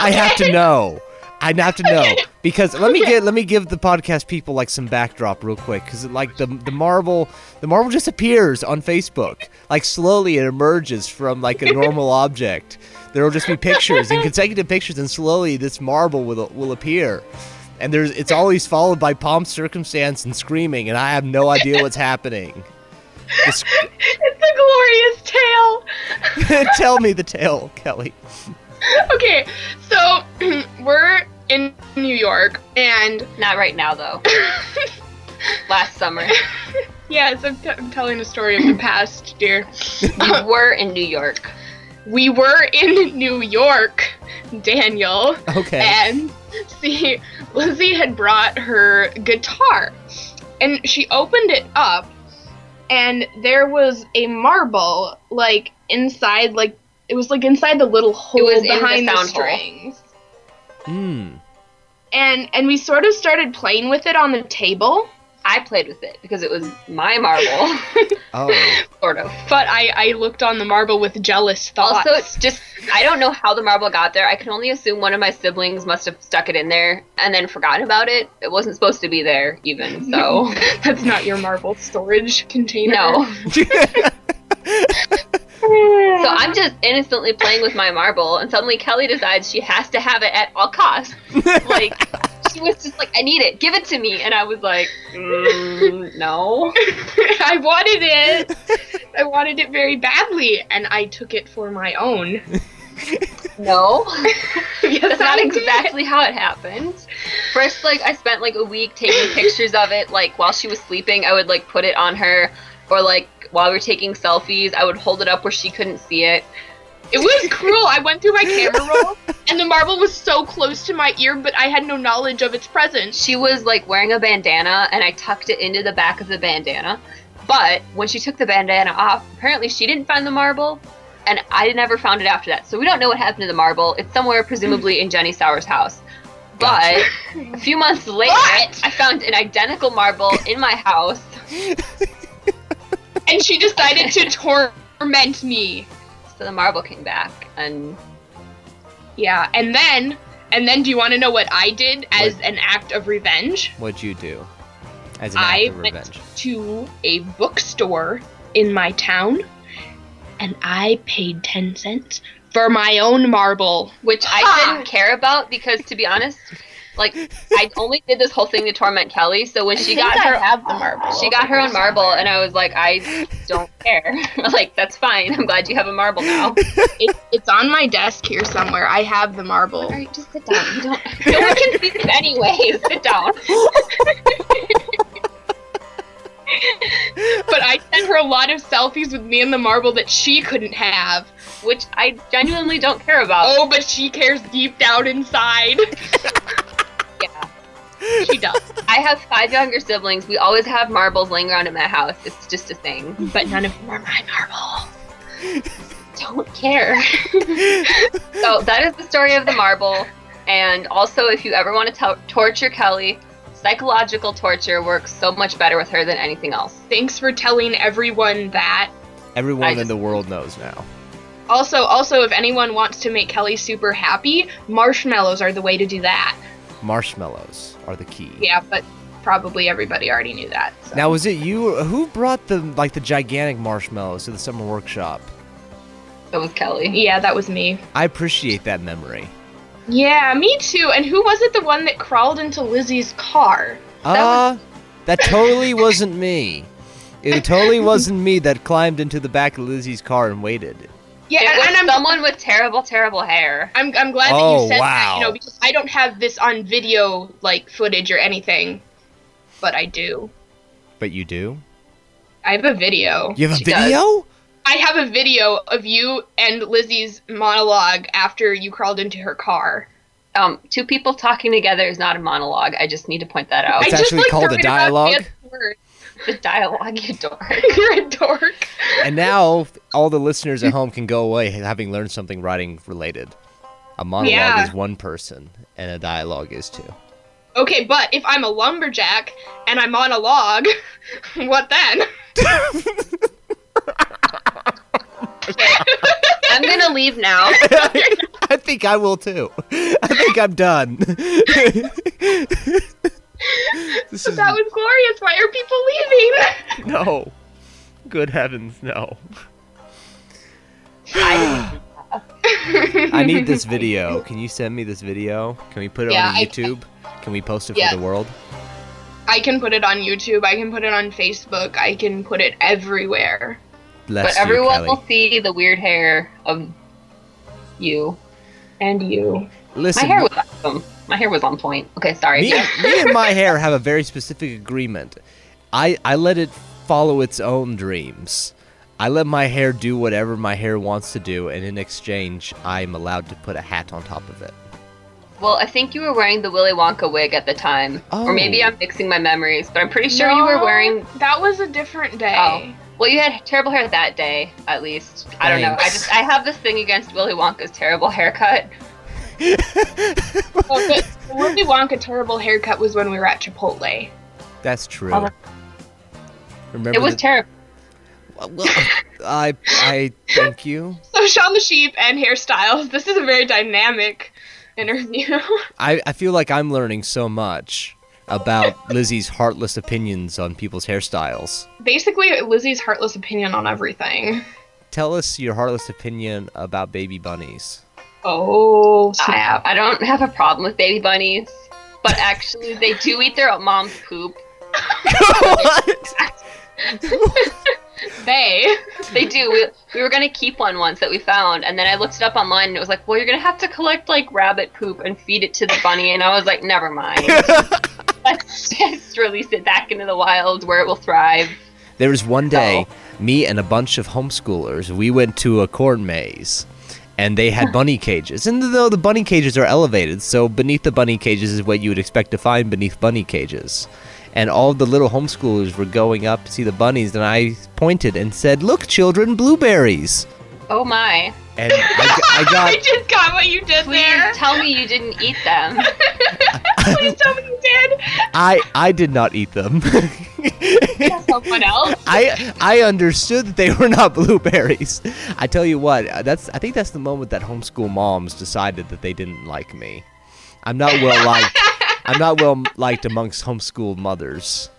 Speaker 4: I have to know. I have to know because let me get let me give the podcast people like some backdrop real quick because like the the marble the marble just appears on Facebook like slowly it emerges from like a normal object. There will just be pictures and consecutive pictures, and slowly this marble will will appear. And there's it's always followed by pomp, circumstance, and screaming, and I have no idea what's happening. Just
Speaker 15: It's a glorious tale.
Speaker 4: tell me the tale, Kelly.
Speaker 15: Okay, so we're in New York, and
Speaker 16: Not right now though. Last summer.
Speaker 15: Yes, I'm, t- I'm telling a story of the past, dear.
Speaker 16: You were in New York.
Speaker 15: We were in New York, Daniel.
Speaker 4: Okay.
Speaker 15: And see, Lizzie had brought her guitar, and she opened it up, and there was a marble like inside, like it was like inside the little hole
Speaker 16: was in the
Speaker 15: behind
Speaker 16: sound hole.
Speaker 15: strings.
Speaker 4: Hmm.
Speaker 15: And and we sort of started playing with it on the table.
Speaker 16: I played with it because it was my marble,
Speaker 4: Oh.
Speaker 16: sort of.
Speaker 15: But I, I looked on the marble with jealous thoughts.
Speaker 16: Also, it's just I don't know how the marble got there. I can only assume one of my siblings must have stuck it in there and then forgotten about it. It wasn't supposed to be there even. So
Speaker 15: that's not your marble storage container.
Speaker 16: No. So I'm just innocently playing with my marble, and suddenly Kelly decides she has to have it at all costs. Like, she was just like, I need it, give it to me. And I was like, mm, no.
Speaker 15: I wanted it. I wanted it very badly, and I took it for my own.
Speaker 16: No.
Speaker 15: I
Speaker 16: That's not
Speaker 15: did.
Speaker 16: exactly how it happened. First, like, I spent like a week taking pictures of it. Like, while she was sleeping, I would like put it on her, or like while we were taking selfies, I would hold it up where she couldn't see it.
Speaker 15: It was cruel. I went through my camera roll, and the marble was so close to my ear, but I had no knowledge of its presence.
Speaker 16: She was like wearing a bandana, and I tucked it into the back of the bandana. But when she took the bandana off, apparently she didn't find the marble, and I never found it after that. So we don't know what happened to the marble. It's somewhere, presumably, in Jenny Sauer's house. But a few months later, I found an identical marble in my house.
Speaker 15: and she decided to torment me.
Speaker 16: So the marble came back, and
Speaker 15: Yeah, and then and then do you want to know what I did as
Speaker 4: What?
Speaker 15: an act of revenge?
Speaker 4: What'd you do? As an act
Speaker 15: I
Speaker 4: of
Speaker 15: went
Speaker 4: revenge.
Speaker 15: to a bookstore in my town and I paid 10 cents for my own marble.
Speaker 16: which I didn't care about because, to be honest, like I only did this whole thing to torment Kelly. So when
Speaker 15: I
Speaker 16: she
Speaker 15: think
Speaker 16: got
Speaker 15: I
Speaker 16: her,
Speaker 15: have the marble
Speaker 16: she got her
Speaker 15: somewhere.
Speaker 16: own marble, and I was like, I don't care. like that's fine. I'm glad you have a marble now.
Speaker 15: It, it's on my desk here somewhere. I have the marble. All
Speaker 16: right, just sit down. You don't, no one can see this anyway. Sit down.
Speaker 15: but I sent her a lot of selfies with me and the marble that she couldn't have,
Speaker 16: which I genuinely don't care about.
Speaker 15: Oh, but she cares deep down inside. She does.
Speaker 16: I have five younger siblings. We always have marbles laying around in that house. It's just a thing.
Speaker 15: But none of them are my marble.
Speaker 16: don't care. so that is the story of the marble. And also, if you ever want to t- torture Kelly, psychological torture works so much better with her than anything else.
Speaker 15: Thanks for telling everyone that.
Speaker 4: Everyone
Speaker 15: I
Speaker 4: in the world knows now.
Speaker 15: Also, also, if anyone wants to make Kelly super happy, marshmallows are the way to do that.
Speaker 4: Marshmallows are the key.
Speaker 15: Yeah, but probably everybody already knew that. so.
Speaker 4: Now, was it you who brought the like the gigantic marshmallows to the summer workshop?
Speaker 16: That was Kelly.
Speaker 15: Yeah, that was me.
Speaker 4: I appreciate that memory.
Speaker 15: Yeah, me too. And who was it? The one that crawled into Lizzie's car.
Speaker 4: Ah, that totally wasn't me. It totally wasn't me that climbed into the back of Lizzie's car and waited.
Speaker 15: Yeah,
Speaker 16: it
Speaker 15: and-
Speaker 16: was
Speaker 15: and I'm-
Speaker 16: someone with terrible, terrible hair.
Speaker 15: I'm, I'm glad that
Speaker 4: Oh,
Speaker 15: you said that,
Speaker 4: wow.
Speaker 15: you know, because I don't have this on video, like, footage or anything. But I do.
Speaker 4: But you do?
Speaker 15: I have a video.
Speaker 4: You have a video?
Speaker 15: I have a video of you and Lizzie's monologue after you crawled into her car.
Speaker 16: Um, two people talking together is not a monologue. I just need to point that out.
Speaker 4: It's I just actually like called a
Speaker 15: Forget about
Speaker 4: dialogue.
Speaker 15: fancy words.
Speaker 16: The dialogue, you dork.
Speaker 15: You're a dork.
Speaker 4: And now all the listeners at home can go away having learned something writing related. A monologue
Speaker 15: Yeah.
Speaker 4: is one person, and a dialogue is two.
Speaker 15: Okay, but if I'm a lumberjack and I'm on a log, what then?
Speaker 16: I'm gonna leave now.
Speaker 4: I think I will too. I think I'm done. this is
Speaker 15: That was glorious. Why are people leaving?
Speaker 4: no. Good heavens, no. I need this video. Can you send me this video? Can we put it
Speaker 15: Yeah,
Speaker 4: on
Speaker 15: I-
Speaker 4: YouTube? Can we post it
Speaker 15: Yeah.
Speaker 4: for the world?
Speaker 15: I can put it on YouTube. I can put it on Facebook. I can put it everywhere.
Speaker 4: Bless
Speaker 16: but everyone
Speaker 4: you, Kelly.
Speaker 16: will see the weird hair of you
Speaker 15: and you.
Speaker 4: Listen,
Speaker 16: my hair was awesome. My hair was on point. Okay, sorry.
Speaker 4: me, me and my hair have a very specific agreement. I, I let it follow its own dreams. I let my hair do whatever my hair wants to do, and in exchange, I'm allowed to put a hat on top of it.
Speaker 16: Well, I think you were wearing the Willy Wonka wig at the time. Or
Speaker 4: Oh.
Speaker 16: maybe I'm mixing my memories, but I'm pretty sure you were
Speaker 15: No,
Speaker 16: wearing.
Speaker 15: That was a different day.
Speaker 16: Oh. Well, you had terrible hair that day, at least. I don't know. I
Speaker 15: Thanks.
Speaker 16: just I have this thing against Willy Wonka's terrible haircut.
Speaker 15: Okay, the Willy Wonka terrible haircut was when we were at Chipotle.
Speaker 4: That's true.
Speaker 15: Oh.
Speaker 4: Remember
Speaker 16: it was
Speaker 4: the-
Speaker 16: terrible.
Speaker 4: I I thank you.
Speaker 15: So Shaun the Sheep and hairstyles. This is a very dynamic interview.
Speaker 4: I, I feel like I'm learning so much about Lizzie's heartless opinions on people's hairstyles.
Speaker 15: Basically, Lizzie's heartless opinion on everything.
Speaker 4: Tell us your heartless opinion about baby bunnies.
Speaker 16: Oh, snap. I, I don't have a problem with baby bunnies, but actually, they do eat their mom's poop.
Speaker 15: they.
Speaker 16: They do. We, we were going to keep one once that we found, and then I looked it up online and it was like, well, you're going to have to collect like rabbit poop and feed it to the bunny. And I was like, never mind. Let's just release it back into the wild where it will thrive.
Speaker 4: There was one day, me and a bunch of homeschoolers, we went to a corn maze, and they had bunny cages. And though the bunny cages are elevated, so beneath the bunny cages is what you would expect to find beneath bunny cages. And all the little homeschoolers were going up to see the bunnies, and I pointed and said, "Look, children, blueberries."
Speaker 16: Oh my.
Speaker 4: And I, g- I got
Speaker 15: just got what you did
Speaker 16: Please there. Tell me you didn't eat them.
Speaker 15: Please tell me you did.
Speaker 4: I I did not eat them.
Speaker 16: Someone else.
Speaker 4: I I understood that they were not blueberries. I tell you what, uh, that's I think that's the moment that homeschool moms decided that they didn't like me. I'm not well liked. I'm not well liked amongst homeschool mothers.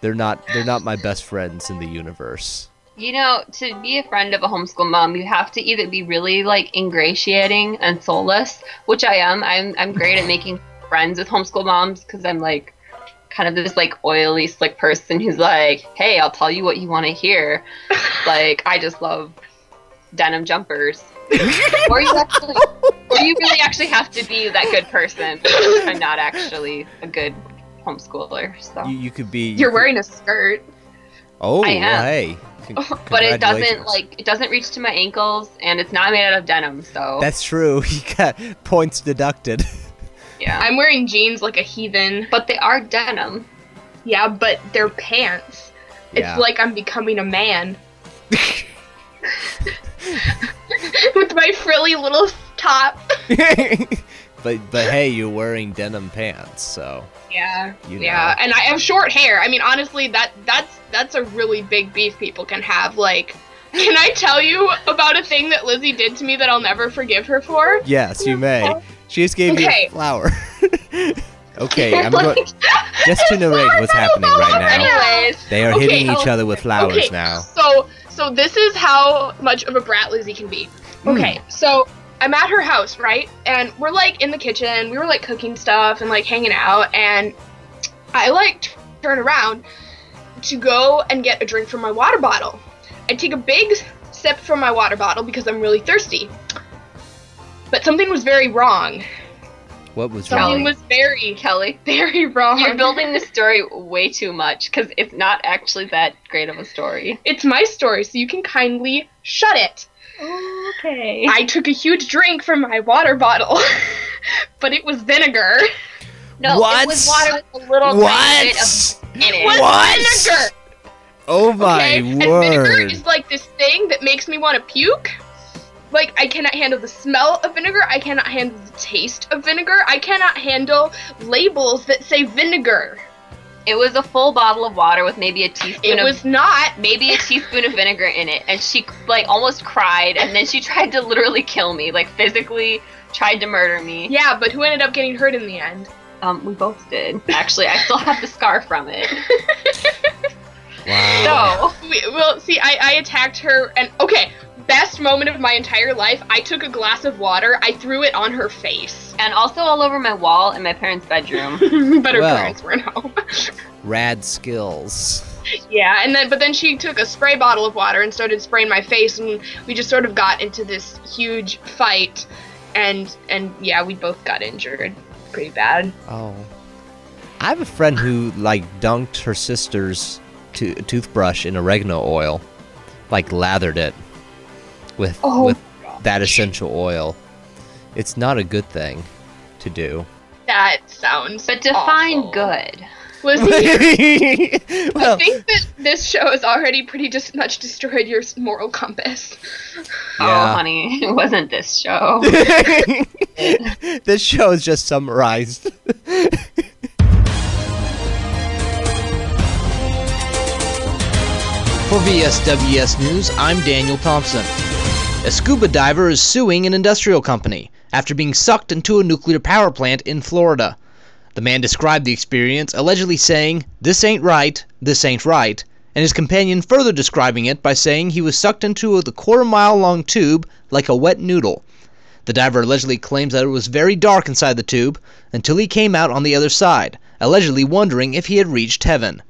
Speaker 4: They're not they're not my best friends in the universe.
Speaker 16: You know, to be a friend of a homeschool mom, you have to either be really like ingratiating and soulless, which I am. I'm I'm great at making friends with homeschool moms because I'm like kind of this like oily slick person who's like, "Hey, I'll tell you what you want to hear." like I just love denim jumpers. or you actually, or you really actually have to be that good person. because I'm not actually a good homeschooler, so.
Speaker 4: You, you could be you
Speaker 16: You're
Speaker 4: could-
Speaker 16: wearing a skirt
Speaker 4: Oh,
Speaker 16: I am.
Speaker 4: hey. Con-
Speaker 16: but it doesn't
Speaker 4: congratulations.
Speaker 16: like it doesn't reach to my ankles and it's not made out of denim so
Speaker 4: That's true. You got points deducted.
Speaker 16: yeah
Speaker 15: I'm wearing jeans like a heathen.
Speaker 16: But they are denim.
Speaker 15: Yeah, but they're pants.
Speaker 4: Yeah.
Speaker 15: It's like I'm becoming a man. With my frilly little top.
Speaker 4: but but hey, you're wearing denim pants, so
Speaker 15: Yeah.
Speaker 4: You
Speaker 15: yeah. And I have short hair. I mean, honestly, that that's that's a really big beef people can have. Like, can I tell you about a thing that Lizzie did to me that I'll never forgive her for?
Speaker 4: yes, you may. She just gave me
Speaker 15: Okay.
Speaker 4: a flower. okay, I'm going. Just to narrate what's happening right now.
Speaker 15: Anyways,
Speaker 4: They are
Speaker 15: okay,
Speaker 4: hitting each
Speaker 15: oh,
Speaker 4: other with flowers
Speaker 15: okay,
Speaker 4: now.
Speaker 15: So, so this is how much of a brat Lizzie can be.
Speaker 16: Hmm.
Speaker 15: Okay, so I'm at her house, right? And we're like in the kitchen. We were like cooking stuff and like hanging out. And I like t- turn around to go and get a drink from my water bottle. I take a big sip from my water bottle because I'm really thirsty. But something was very wrong.
Speaker 4: What was wrong?
Speaker 15: Something was very
Speaker 16: kelly
Speaker 15: very wrong
Speaker 16: you're building this story way too much because it's not actually that great of a story
Speaker 15: It's my story, so you can kindly shut it.
Speaker 16: okay
Speaker 15: I took a huge drink from my water bottle, but it was vinegar.
Speaker 16: no it was water with a little tiny bit of in
Speaker 15: It
Speaker 16: it
Speaker 15: was
Speaker 4: What?
Speaker 15: vinegar.
Speaker 4: oh my
Speaker 15: And vinegar
Speaker 4: word!
Speaker 15: is like this thing that makes me want to puke. Like I cannot handle the smell of vinegar. I cannot handle the taste of vinegar. I cannot handle labels that say vinegar.
Speaker 16: it was a full bottle of water with maybe a teaspoon
Speaker 15: It
Speaker 16: of
Speaker 15: was not.
Speaker 16: maybe a teaspoon of vinegar in it and she like almost cried and then she tried to literally kill me like physically tried to murder me
Speaker 15: Yeah, but who ended up getting hurt in the end?
Speaker 16: um, we both did actually i still have the scar from it
Speaker 15: No. We, well, see, I, I attacked her, and okay, best moment of my entire life. I took a glass of water, I threw it on her face.
Speaker 16: and also all over my wall in my parents' bedroom.
Speaker 15: but her
Speaker 4: Well.
Speaker 15: parents weren't home.
Speaker 4: Rad skills.
Speaker 15: yeah, and then but then she took a spray bottle of water and started spraying my face, and we just sort of got into this huge fight, and and yeah, we both got injured pretty bad.
Speaker 4: Oh, I have a friend who like dunked her sister's
Speaker 17: to- toothbrush in oregano oil, like lathered it with
Speaker 15: Oh
Speaker 17: with that essential oil. It's not a good thing to do.
Speaker 15: That sounds. But
Speaker 16: define good.
Speaker 15: Was he? I
Speaker 17: Well-
Speaker 15: think that this show has already pretty just much destroyed your s- moral compass.
Speaker 16: Oh,
Speaker 17: Yeah.
Speaker 16: honey, it wasn't this show.
Speaker 17: This show is just summarized.
Speaker 4: For VSWS News, I'm Daniel Thompson. A scuba diver is suing an industrial company after being sucked into a nuclear power plant in Florida. The man described the experience, allegedly saying, This ain't right, this ain't right, and his companion further describing it by saying he was sucked into the quarter mile long tube like a wet noodle. The diver allegedly claims that it was very dark inside the tube until he came out on the other side, allegedly wondering if he had reached heaven.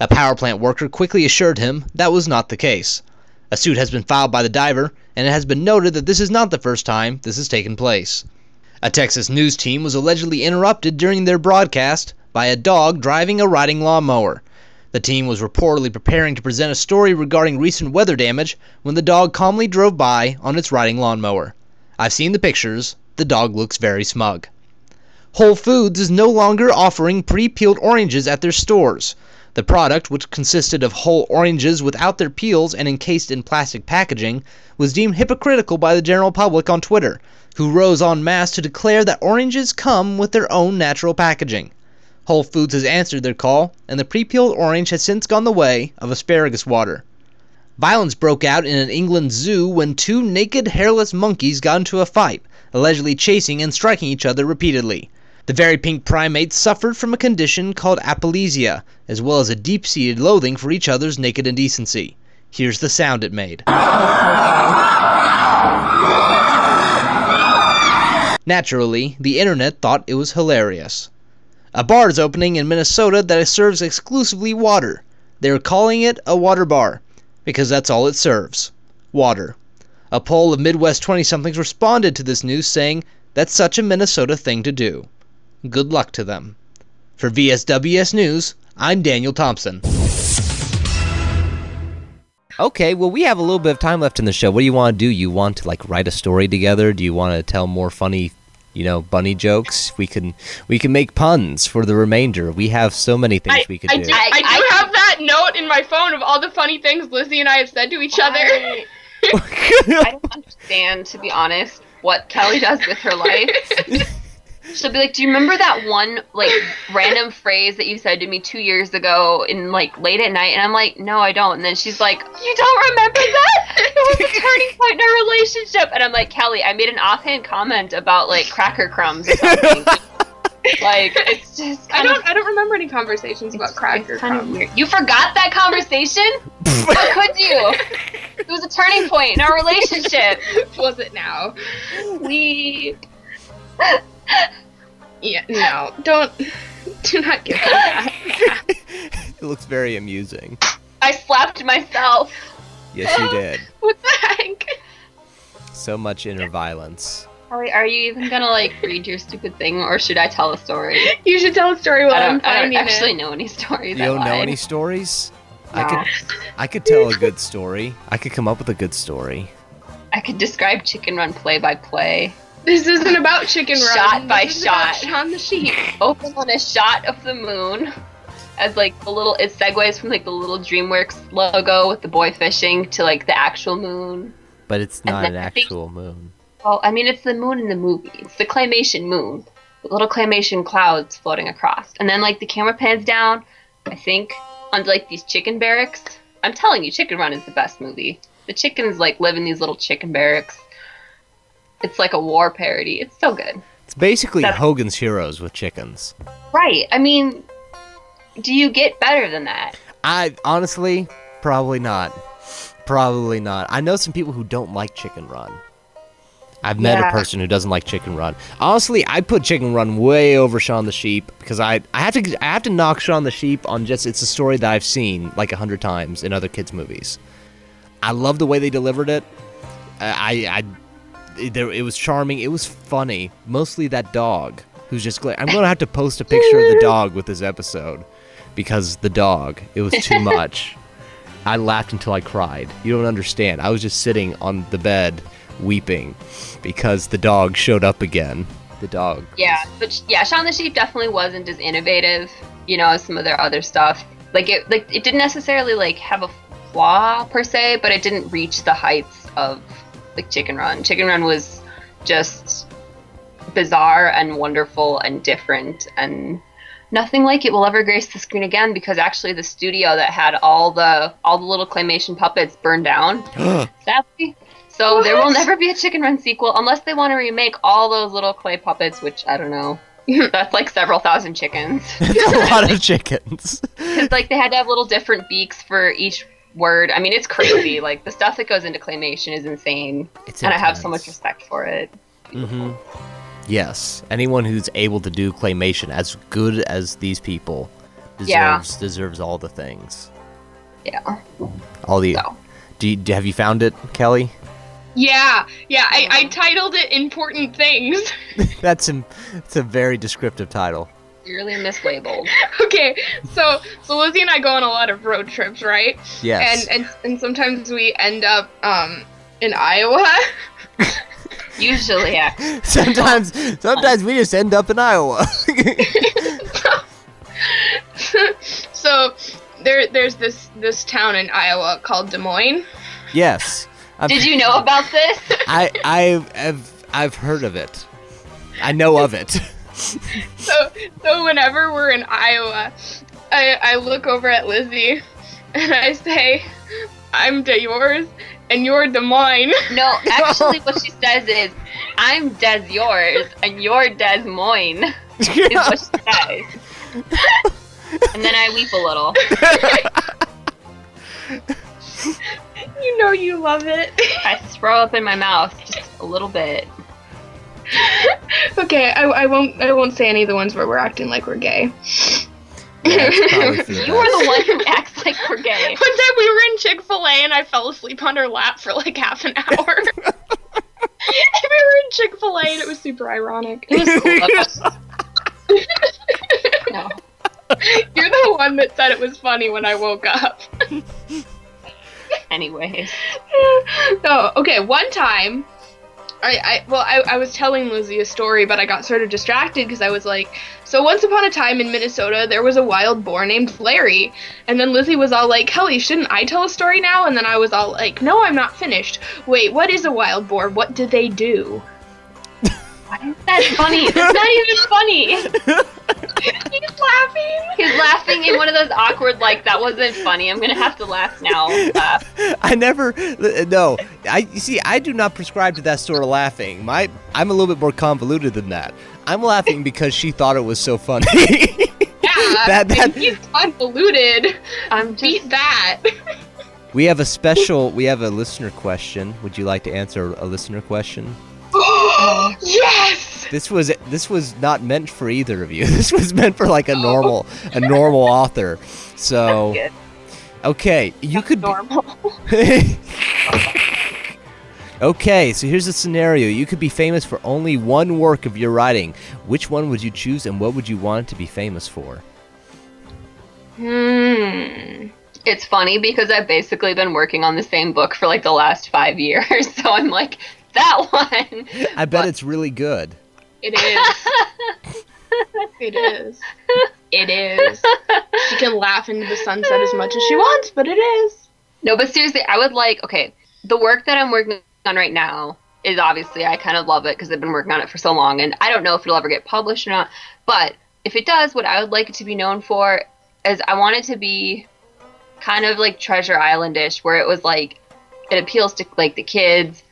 Speaker 4: A power plant worker quickly assured him that was not the case. A suit has been filed by the diver, and it has been noted that this is not the first time this has taken place. A Texas news team was allegedly interrupted during their broadcast by a dog driving a riding lawnmower. The team was reportedly preparing to present a story regarding recent weather damage when the dog calmly drove by on its riding lawnmower. I've seen the pictures. The dog looks very smug. Whole Foods is no longer offering pre peeled oranges at their stores. The product, which consisted of whole oranges without their peels and encased in plastic packaging, was deemed hypocritical by the general public on Twitter, who rose en masse to declare that oranges come with their own natural packaging. Whole Foods has answered their call, and the pre peeled orange has since gone the way of asparagus water. Violence broke out in an England zoo when two naked, hairless monkeys got into a fight, allegedly chasing and striking each other repeatedly. The very pink primates suffered from a condition called apalesia, as well as a deep seated loathing for each other's naked indecency. Here's the sound it made. Naturally, the internet thought it was hilarious. A bar is opening in Minnesota that serves exclusively water. They're calling it a water bar because that's all it serves water. A poll of Midwest 20 somethings responded to this news saying, That's such a Minnesota thing to do. Good luck to them. For VSWS News, I'm Daniel Thompson.
Speaker 17: Okay, well, we have a little bit of time left in the show. What do you want to do? You want to like write a story together? Do you want to tell more funny, you know, bunny jokes? We can we can make puns for the remainder. We have so many things
Speaker 15: I,
Speaker 17: we could
Speaker 15: I
Speaker 17: do.
Speaker 15: do, I, do have that note in my phone of all the funny things Lizzie and I have said to each other.
Speaker 16: I don't understand, to be honest, what Kelly does with her life. She'll be like, "Do you remember that one like random phrase that you said to me two years ago in like late at night?" And I'm like, "No, I don't." And then she's like, "You don't remember that? It was a turning point in our relationship." And I'm like, "Kelly, I made an offhand comment about like cracker crumbs or something." like it's just
Speaker 15: I
Speaker 16: kind
Speaker 15: don't.
Speaker 16: of
Speaker 15: I don't remember any conversations about cracker
Speaker 16: kind of
Speaker 15: crumbs.
Speaker 16: weird. You forgot that conversation? How could you? It was a turning point in our relationship.
Speaker 15: Was it now?
Speaker 16: We
Speaker 15: Yeah. No. Don't. Do not give me that.
Speaker 17: It looks very amusing.
Speaker 16: I slapped myself.
Speaker 17: Yes, you did.
Speaker 16: What the heck?
Speaker 17: So much inner violence.
Speaker 16: Holly, are you even gonna like read your stupid thing, or should I tell a story?
Speaker 15: You should tell a story while
Speaker 16: I
Speaker 15: I'm
Speaker 16: don't, I don't
Speaker 15: finding
Speaker 16: actually
Speaker 15: it.
Speaker 16: know any stories.
Speaker 17: You
Speaker 16: I
Speaker 17: don't know
Speaker 16: lied.
Speaker 17: any stories? I
Speaker 16: No.
Speaker 17: could I could tell a good story. I could come up with a good story.
Speaker 16: I could describe Chicken Run play by play.
Speaker 15: This isn't about chicken run.
Speaker 16: Shot by
Speaker 15: This is about
Speaker 16: shot.
Speaker 15: Shaun the sheep.
Speaker 16: Open on a shot of the moon, as like the little it segues from like the little DreamWorks logo with the boy fishing to like the actual moon.
Speaker 17: But it's
Speaker 16: And
Speaker 17: not
Speaker 16: then
Speaker 17: an
Speaker 16: I think-
Speaker 17: actual moon.
Speaker 16: Well, I mean, it's the moon in the movie. It's the claymation moon. The little claymation clouds floating across. And then, like, the camera pans down, I think, onto, like, these chicken barracks. I'm telling you, Chicken Run is the best movie. The chickens, like, live in these little chicken barracks. It's like a war parody. It's so good.
Speaker 17: It's basically
Speaker 16: That's-
Speaker 17: Hogan's Heroes with chickens.
Speaker 16: Right. I mean, do you get better than that?
Speaker 17: I honestly, probably not. Probably not. I know some people who don't like Chicken Run. I've met
Speaker 16: Yeah.
Speaker 17: a person who doesn't like Chicken Run. Honestly, I put Chicken Run way over Shaun the Sheep because I I have to I have to knock Shaun the Sheep on just it's a story that I've seen like a hundred times in other kids movies. I love the way they delivered it. Uh, I, I, I there, it was charming. It was funny. Mostly that dog who's just. Gla- I'm gonna have to post a picture of the dog with this episode.
Speaker 4: because the dog. It was too much. I laughed until I cried. You don't understand. I was just sitting on the bed weeping because the dog showed up again. The dog.
Speaker 16: Yeah, but sh- yeah, Shaun the Sheep definitely wasn't as innovative, you know, as some of their other stuff. Like it, like it didn't necessarily like have a flaw per se, but it didn't reach the heights of like Chicken Run. Chicken Run was just bizarre and wonderful and different and nothing like it will ever grace the screen again because actually the studio that had all the all the little claymation puppets burned down sadly so there will never be a chicken run sequel unless they want to remake all those little clay puppets which i don't know that's like several thousand chickens
Speaker 4: That's a lot of chickens.
Speaker 16: 'Cause, like they had to have little different beaks for each word i mean it's crazy like the stuff that goes into claymation is insane
Speaker 4: It's
Speaker 16: and i have so
Speaker 4: intense.
Speaker 16: much respect for it
Speaker 4: Mm-hmm. Yes, anyone who's able to do claymation as good as these people deserves
Speaker 16: Yeah.
Speaker 4: deserves all the things.
Speaker 16: yeah
Speaker 4: All the. Do you, do- have you found it, Kelly?
Speaker 15: Yeah, yeah. I,
Speaker 16: Uh-huh.
Speaker 15: I titled it "Important Things."
Speaker 4: That's a, it's a very descriptive title.
Speaker 16: Clearly mislabeled.
Speaker 15: okay, so so Lizzie and I go on a lot of road trips, right?
Speaker 4: Yes.
Speaker 15: And and, and sometimes we end up um in Iowa.
Speaker 16: Usually, yeah.
Speaker 4: Sometimes, sometimes we just end up in Iowa.
Speaker 15: so there there's this this town in Iowa called Des Moines.
Speaker 4: yes. I'm-
Speaker 16: Did you know about this?
Speaker 4: I I have I've heard of it. I know of it.
Speaker 15: So so whenever we're in Iowa, I I look over at Lizzie and I say, "I'm de yours and you're de mine."
Speaker 16: No, actually, what she says is, "I'm Des yours, and you're Des Moines," is what she says. and then I weep a little.
Speaker 15: you know you love it.
Speaker 16: I throw up in my mouth just a little bit.
Speaker 15: okay, I, I won't I won't say any of the ones where we're acting like we're gay.
Speaker 16: You are the one who acts like we're gay.
Speaker 15: One time we were in Chick Fil A and I fell asleep on her lap for like half an hour. and we were in Chick Fil A and it was super ironic.
Speaker 16: It was
Speaker 15: You're the one that said it was funny when I woke up.
Speaker 16: Anyways,
Speaker 15: no, okay. One time, I, I well, I, I was telling Lizzie a story, but I got sort of distracted because I was like, so once upon a time in Minnesota, there was a wild boar named Larry, and then Lizzie was all like, Kelly, shouldn't I tell a story now? And then I was all like, No, I'm not finished. Wait, what is a wild boar? What do they do?
Speaker 16: that's funny. It's not even funny.
Speaker 15: He's laughing.
Speaker 16: He's laughing in one of those awkward, like that wasn't funny. I'm gonna have to laugh now. Uh,
Speaker 4: I never no. I you see I do not prescribe to that sort of laughing. My I'm a little bit more convoluted than that. I'm laughing because she thought it was so funny. that, that
Speaker 16: Uh,
Speaker 15: He's convoluted. I'm Beat that.
Speaker 4: we have a special we have a listener question. Would you like to answer a listener question?
Speaker 15: yes.
Speaker 4: This was this was not meant for either of you. This was meant for like a normal a normal author. So
Speaker 16: good.
Speaker 4: Okay, you could
Speaker 16: normal.
Speaker 4: Okay, so here's a scenario. You could be famous for only one work of your writing. Which one would you choose and what would you want to be famous for?
Speaker 16: Hmm. It's funny because I've basically been working on the same book for like the last five years. So I'm like, that one.
Speaker 4: I bet it's really good.
Speaker 15: It is. it is. It is. She can laugh into the sunset as much as she wants, but it is.
Speaker 16: No, but seriously, I would like, okay, the work that I'm working on right now is obviously, I kind of love it because I've been working on it for so long. And I don't know if it'll ever get published or not. But if it does, what I would like it to be known for is I want it to be kind of like Treasure Islandish, where it was like, it appeals to like the kids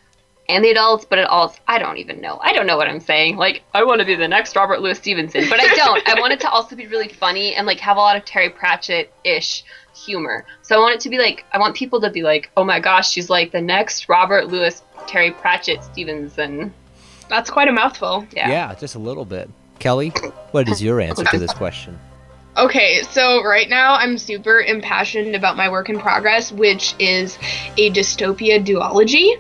Speaker 16: and the adults, but it also, I don't even know. I don't know what I'm saying. Like, I want to be the next Robert Louis Stevenson, but I don't. I want it to also be really funny and like have a lot of Terry Pratchett ish humor. So I want it to be like, I want people to be like, oh my gosh, she's like the next Robert Louis Terry Pratchett Stevenson.
Speaker 15: That's quite a mouthful.
Speaker 4: just a little bit. Kelly, what is your answer to this question?
Speaker 15: Okay, so right now I'm super impassioned about my work in progress, which is a dystopia duology.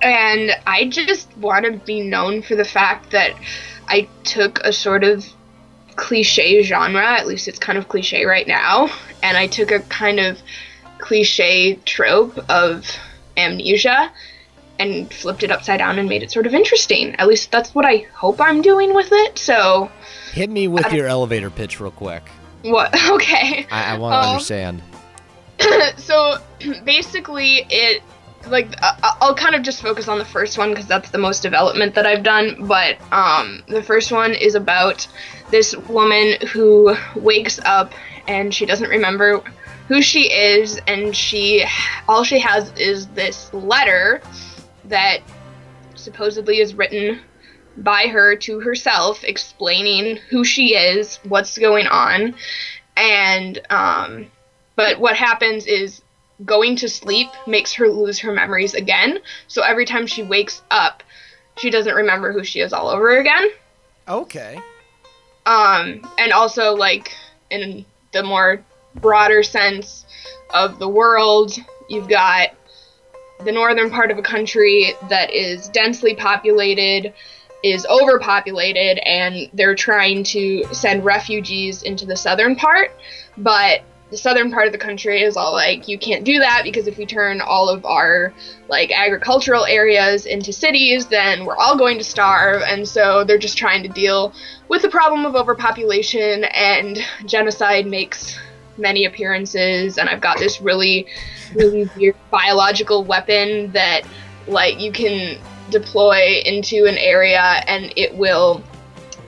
Speaker 15: And I just want to be known for the fact that I took a sort of cliche genre, at least it's kind of cliche right now, and I took a kind of cliche trope of amnesia and flipped it upside down and made it sort of interesting. At least that's what I hope I'm doing with it. So,
Speaker 4: Hit me with your elevator pitch real quick.
Speaker 15: what? Okay.
Speaker 4: I, I want to
Speaker 15: Um,
Speaker 4: understand.
Speaker 15: so basically it like I- i'll kind of just focus on the first one because that's the most development that i've done but um, the first one is about this woman who wakes up and she doesn't remember who she is and she all she has is this letter that supposedly is written by her to herself explaining who she is what's going on and um, but what happens is going to sleep makes her lose her memories again. So every time she wakes up, she doesn't remember who she is all over again.
Speaker 4: Okay.
Speaker 15: Um, and also, like, in the more broader sense of the world, you've got the northern part of a country that is densely populated, is overpopulated, and they're trying to send refugees into the southern part. But the southern part of the country is all like, you can't do that because if we turn all of our like agricultural areas into cities, then we're all going to starve. And so they're just trying to deal with the problem of overpopulation and genocide makes many appearances and I've got this really really weird biological weapon that like you can deploy into an area and it will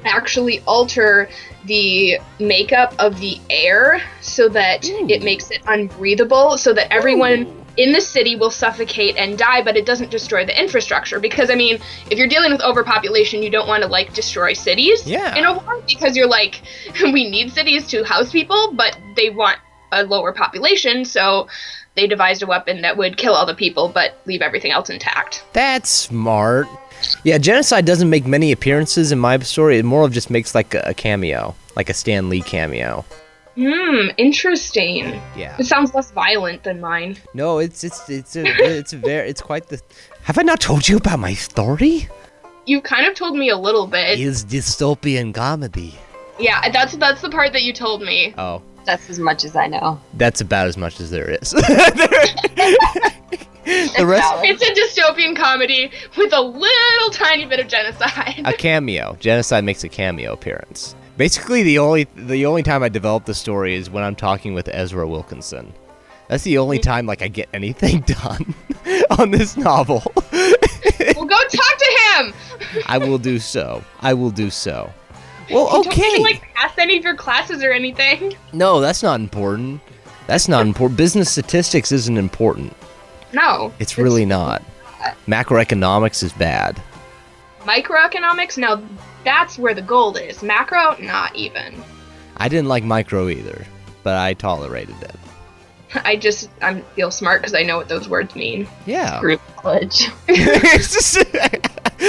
Speaker 15: actually alter the makeup of the air so that it makes it unbreathable so that everyone in the city will suffocate and die but it doesn't destroy the infrastructure because i mean if you're dealing with overpopulation you don't want to like destroy cities
Speaker 11: Yeah.
Speaker 15: in a war because you're like we need cities to house people but they want a lower population so they devised a weapon that would kill all the people but leave everything else intact
Speaker 4: That's smart. Yeah, genocide doesn't make many appearances in my story. It more of just makes like a, a cameo, like a Stan Lee cameo.
Speaker 15: hmm interesting
Speaker 4: Yeah.
Speaker 15: it sounds less violent than mine
Speaker 4: No, it's it's it's a, it's very it's quite the. Have I not told you about my story?
Speaker 15: you kind of told me a little bit
Speaker 4: Is dystopian comedy.
Speaker 15: yeah that's that's the part that you told me
Speaker 4: Oh,
Speaker 16: That's as much as I know.
Speaker 4: that's about as much as there is.
Speaker 15: the
Speaker 4: rest-
Speaker 15: it's a dystopian comedy with a little tiny bit of genocide
Speaker 4: a cameo. Genocide makes a cameo appearance. Basically, the only the only time I develop the story is when I'm talking with Ezra Wilkinson. That's the only time like I get anything done on this novel.
Speaker 15: well go talk to him
Speaker 4: I will do so. I will do so. Well,
Speaker 15: You don't have to,
Speaker 4: okay.
Speaker 15: like pass any of your classes or anything
Speaker 4: No, that's not important. That's not important. Business statistics isn't important.
Speaker 15: no
Speaker 4: It's really not. Macroeconomics is bad.
Speaker 15: microeconomics now that's where the gold is macro not even
Speaker 4: I didn't like micro either, but I tolerated it.
Speaker 15: i just i feel smart because i know what those words mean
Speaker 4: Yeah.
Speaker 15: Group college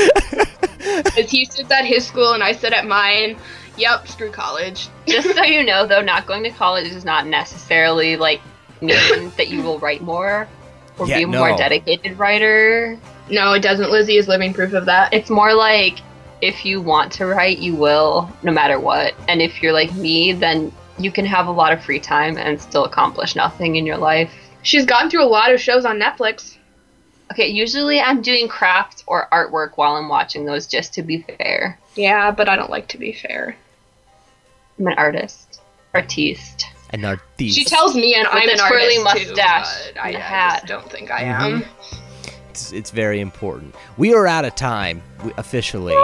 Speaker 15: because he sits at his school and i sit at mine yep screw college
Speaker 16: Just so you know, though, not going to college does not necessarily like mean that you will write more or
Speaker 15: Yeah,
Speaker 16: be a more
Speaker 15: no.
Speaker 16: dedicated writer.
Speaker 15: No, it doesn't. Lizzie is living proof of that.
Speaker 16: It's more like if you want to write, you will, no matter what. And if you're like me, then you can have a lot of free time and still accomplish nothing in your life.
Speaker 15: she's gone through a lot of shows on netflix
Speaker 16: Okay, usually I'm doing crafts or artwork while I'm watching those, just to be fair.
Speaker 15: yeah but i don't like to be fair
Speaker 16: I'm an artist, artiste.
Speaker 4: An artiste.
Speaker 15: she tells me and
Speaker 16: With
Speaker 15: i'm
Speaker 16: a
Speaker 15: an
Speaker 16: twirly
Speaker 15: artist too,
Speaker 16: mustache
Speaker 15: but I,
Speaker 16: and a
Speaker 15: I
Speaker 16: hat.
Speaker 15: just
Speaker 16: Mm-hmm.
Speaker 15: don't think i am
Speaker 4: Mhm. It's, it's very important. We are out of time, we, officially.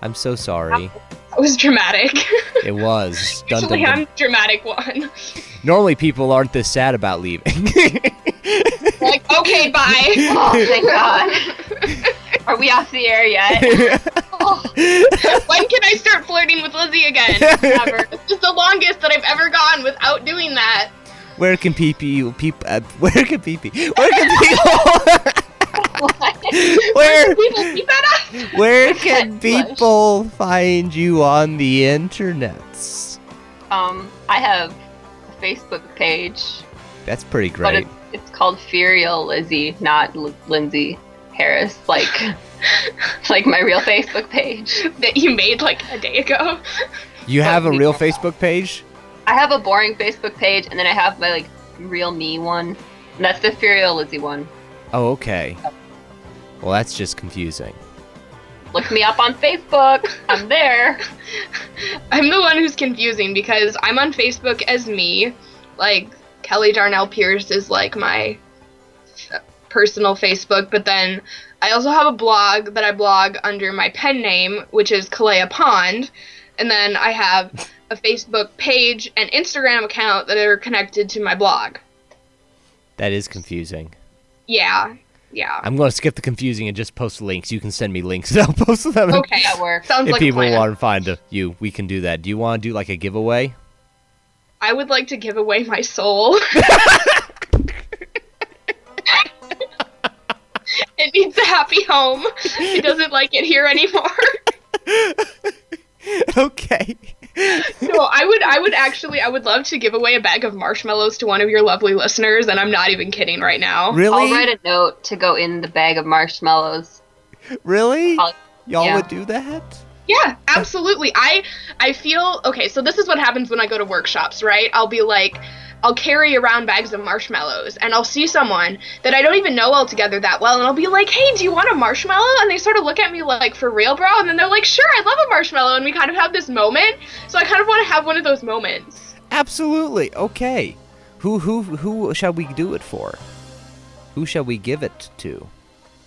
Speaker 4: I'm so sorry.
Speaker 15: it was dramatic
Speaker 4: It was. Dun, dun,
Speaker 15: usually
Speaker 4: dun.
Speaker 15: i'm the dramatic one
Speaker 4: Normally, people aren't this sad about leaving.
Speaker 15: like okay bye
Speaker 16: Oh, thank God. Are we off the air yet?
Speaker 15: when can I start flirting with Lizzie again? Never. This is the longest that I've ever gone without doing that.
Speaker 4: where can people? Peep, uh, where can people? Where can people? where?
Speaker 15: People keep that up.
Speaker 4: Where can people find you on the internets?
Speaker 16: Um, I have a Facebook page,
Speaker 4: That's pretty
Speaker 16: but
Speaker 4: great.
Speaker 16: it's, it's called Furial Lizzie, not L- Lindsay Harris, like like my real Facebook page.
Speaker 15: That you made like a day ago.
Speaker 4: You have a real Facebook page?
Speaker 16: I have a boring Facebook page, and then I have my like real me one, and that's the Furio Lizzie one.
Speaker 4: Oh, okay. Well, that's just confusing.
Speaker 16: Look me up on Facebook. I'm there.
Speaker 15: I'm the one who's confusing because I'm on Facebook as me. Like, Kelly Darnell Pierce is like my f- personal Facebook, but then I also have a blog that I blog under my pen name, which is Kalea Pond. And then I have a Facebook page and Instagram account that are connected to my blog.
Speaker 4: That is confusing.
Speaker 15: Yeah. Yeah.
Speaker 4: I'm going to skip the confusing and just post links. You can send me links and I'll post them.
Speaker 15: Okay, that works. Sounds
Speaker 4: if
Speaker 15: like a
Speaker 4: people
Speaker 15: plan.
Speaker 4: want to find a, you, we can do that. Do you want to do like a giveaway?
Speaker 15: I would like to give away my soul. it needs a happy home. It doesn't like it here anymore.
Speaker 4: okay.
Speaker 15: No, I would I would actually I would love to give away a bag of marshmallows to one of your lovely listeners and I'm not even kidding right now.
Speaker 16: I'll write a note to go in the bag of marshmallows.
Speaker 4: Really? Y'all
Speaker 15: Yeah.
Speaker 4: would do that?
Speaker 15: Yeah, absolutely. I I feel okay, so this is what happens when I go to workshops, right? I'll be like I'll carry around bags of marshmallows and I'll see someone that I don't even know altogether that well and I'll be like, "Hey, do you want a marshmallow?" and they sort of look at me like, "For real, bro?" and then they're like, "Sure, I love a marshmallow." and we kind of have this moment. So I kind of want to have one of those moments.
Speaker 4: Absolutely. Okay. Who who who shall we do it for? Who shall we give it to?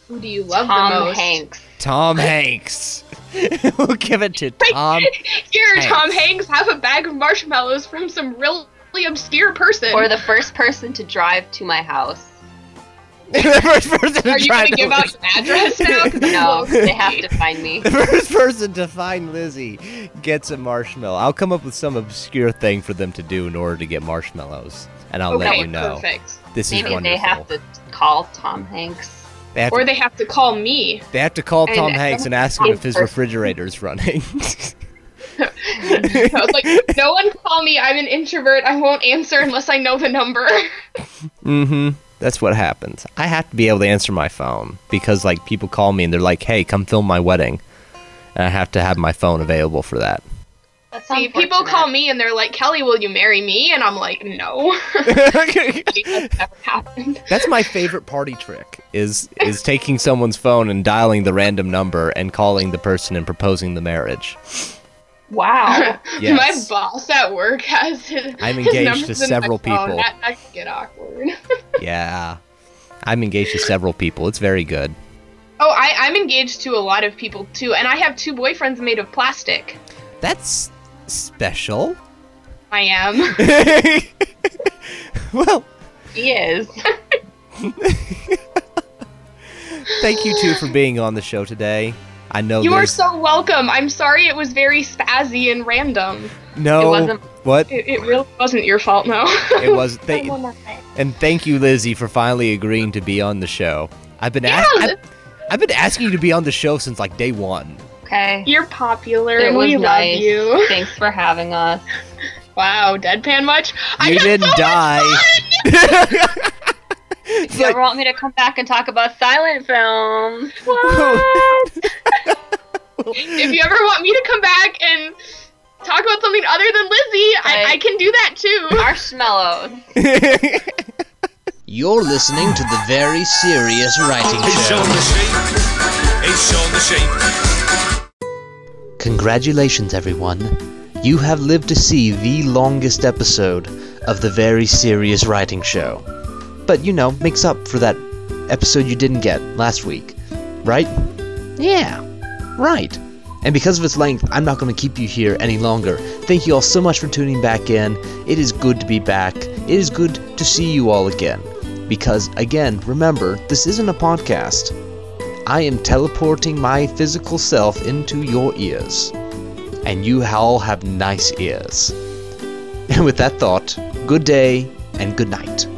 Speaker 15: Who do you love
Speaker 16: Tom
Speaker 15: the most?
Speaker 16: Hanks.
Speaker 4: Tom Hanks. we'll give it to Tom.
Speaker 15: Here,
Speaker 4: Hanks.
Speaker 15: Tom Hanks, have a bag of marshmallows from some really obscure person.
Speaker 16: Or the first person to drive to my house.
Speaker 4: the first person to
Speaker 16: Are you
Speaker 4: try
Speaker 16: gonna
Speaker 4: to
Speaker 16: give out your address now? 'Cause no, they have to find me.
Speaker 4: The first person to find Lizzie gets a marshmallow. I'll come up with some obscure thing for them to do in order to get marshmallows, and I'll let
Speaker 16: Okay,
Speaker 4: you know.
Speaker 15: Oh, perfect.
Speaker 4: This
Speaker 16: Maybe
Speaker 4: is wonderful.
Speaker 16: they have to call Tom Hanks.
Speaker 4: They have
Speaker 15: or
Speaker 4: to-
Speaker 15: they have to call me.
Speaker 4: They have to call
Speaker 15: And-
Speaker 4: Tom Hanks and ask him if his
Speaker 15: Person.
Speaker 4: refrigerator's running.
Speaker 15: I was like, no one call me. I'm an introvert. I won't answer unless I know the number.
Speaker 4: mm-hmm. That's what happens. I have to be able to answer my phone because like people call me and they're like, "Hey, come film my wedding," and I have to have my phone available for that.
Speaker 15: See, people call me and they're like, Kelly, will you marry me? And I'm like, no. That's never happened.
Speaker 4: That's my favorite party trick is is taking someone's phone and dialing the random number and calling the person and proposing the marriage.
Speaker 16: Wow.
Speaker 4: Yes.
Speaker 15: My boss at work has his,
Speaker 4: I'm
Speaker 15: his
Speaker 4: engaged
Speaker 15: numbers
Speaker 4: to
Speaker 15: in my
Speaker 4: several
Speaker 15: phone.
Speaker 4: people.
Speaker 15: That, that can get awkward.
Speaker 4: Yeah. I'm engaged to several people. It's very good.
Speaker 15: Oh, I, I'm engaged to a lot of people too, and I have two boyfriends made of plastic.
Speaker 4: That's special.
Speaker 15: I am.
Speaker 4: well,
Speaker 16: He is.
Speaker 4: thank you two for being on the show today. I know
Speaker 15: you are
Speaker 4: there's
Speaker 15: so welcome. I'm sorry it was very spazzy and random.
Speaker 4: no
Speaker 15: It wasn't.
Speaker 4: what
Speaker 15: It, it really wasn't your fault, no.
Speaker 4: it was. Thank, and thank you, Lizzie, for finally agreeing to be on the show. I've been ask-
Speaker 15: Yeah,
Speaker 4: I've, I've been asking you to be on the show since like day one.
Speaker 16: Okay.
Speaker 15: You're popular,
Speaker 16: It
Speaker 15: and
Speaker 16: was
Speaker 15: we
Speaker 16: nice.
Speaker 15: love you.
Speaker 16: Thanks for having us.
Speaker 15: Wow, deadpan much? I
Speaker 4: you
Speaker 15: got
Speaker 4: didn't die.
Speaker 16: If you ever want me to come back and talk about silent films,
Speaker 15: if you ever want me to come back and talk about something other than Lizzie, I, I can do that too.
Speaker 16: Marshmallows.
Speaker 12: You're listening to the very serious writing show. Congratulations, everyone. You have lived to see the longest episode of the Very Serious Writing Show. But, you know, makes up for that episode you didn't get last week, right? Yeah, right. And because of its length, I'm not going to keep you here any longer. Thank you all so much for tuning back in. It is good to be back. It is good to see you all again. Because, again, remember, this isn't a podcast. I am teleporting my physical self into your ears. And you all have nice ears. And with that thought, good day and good night.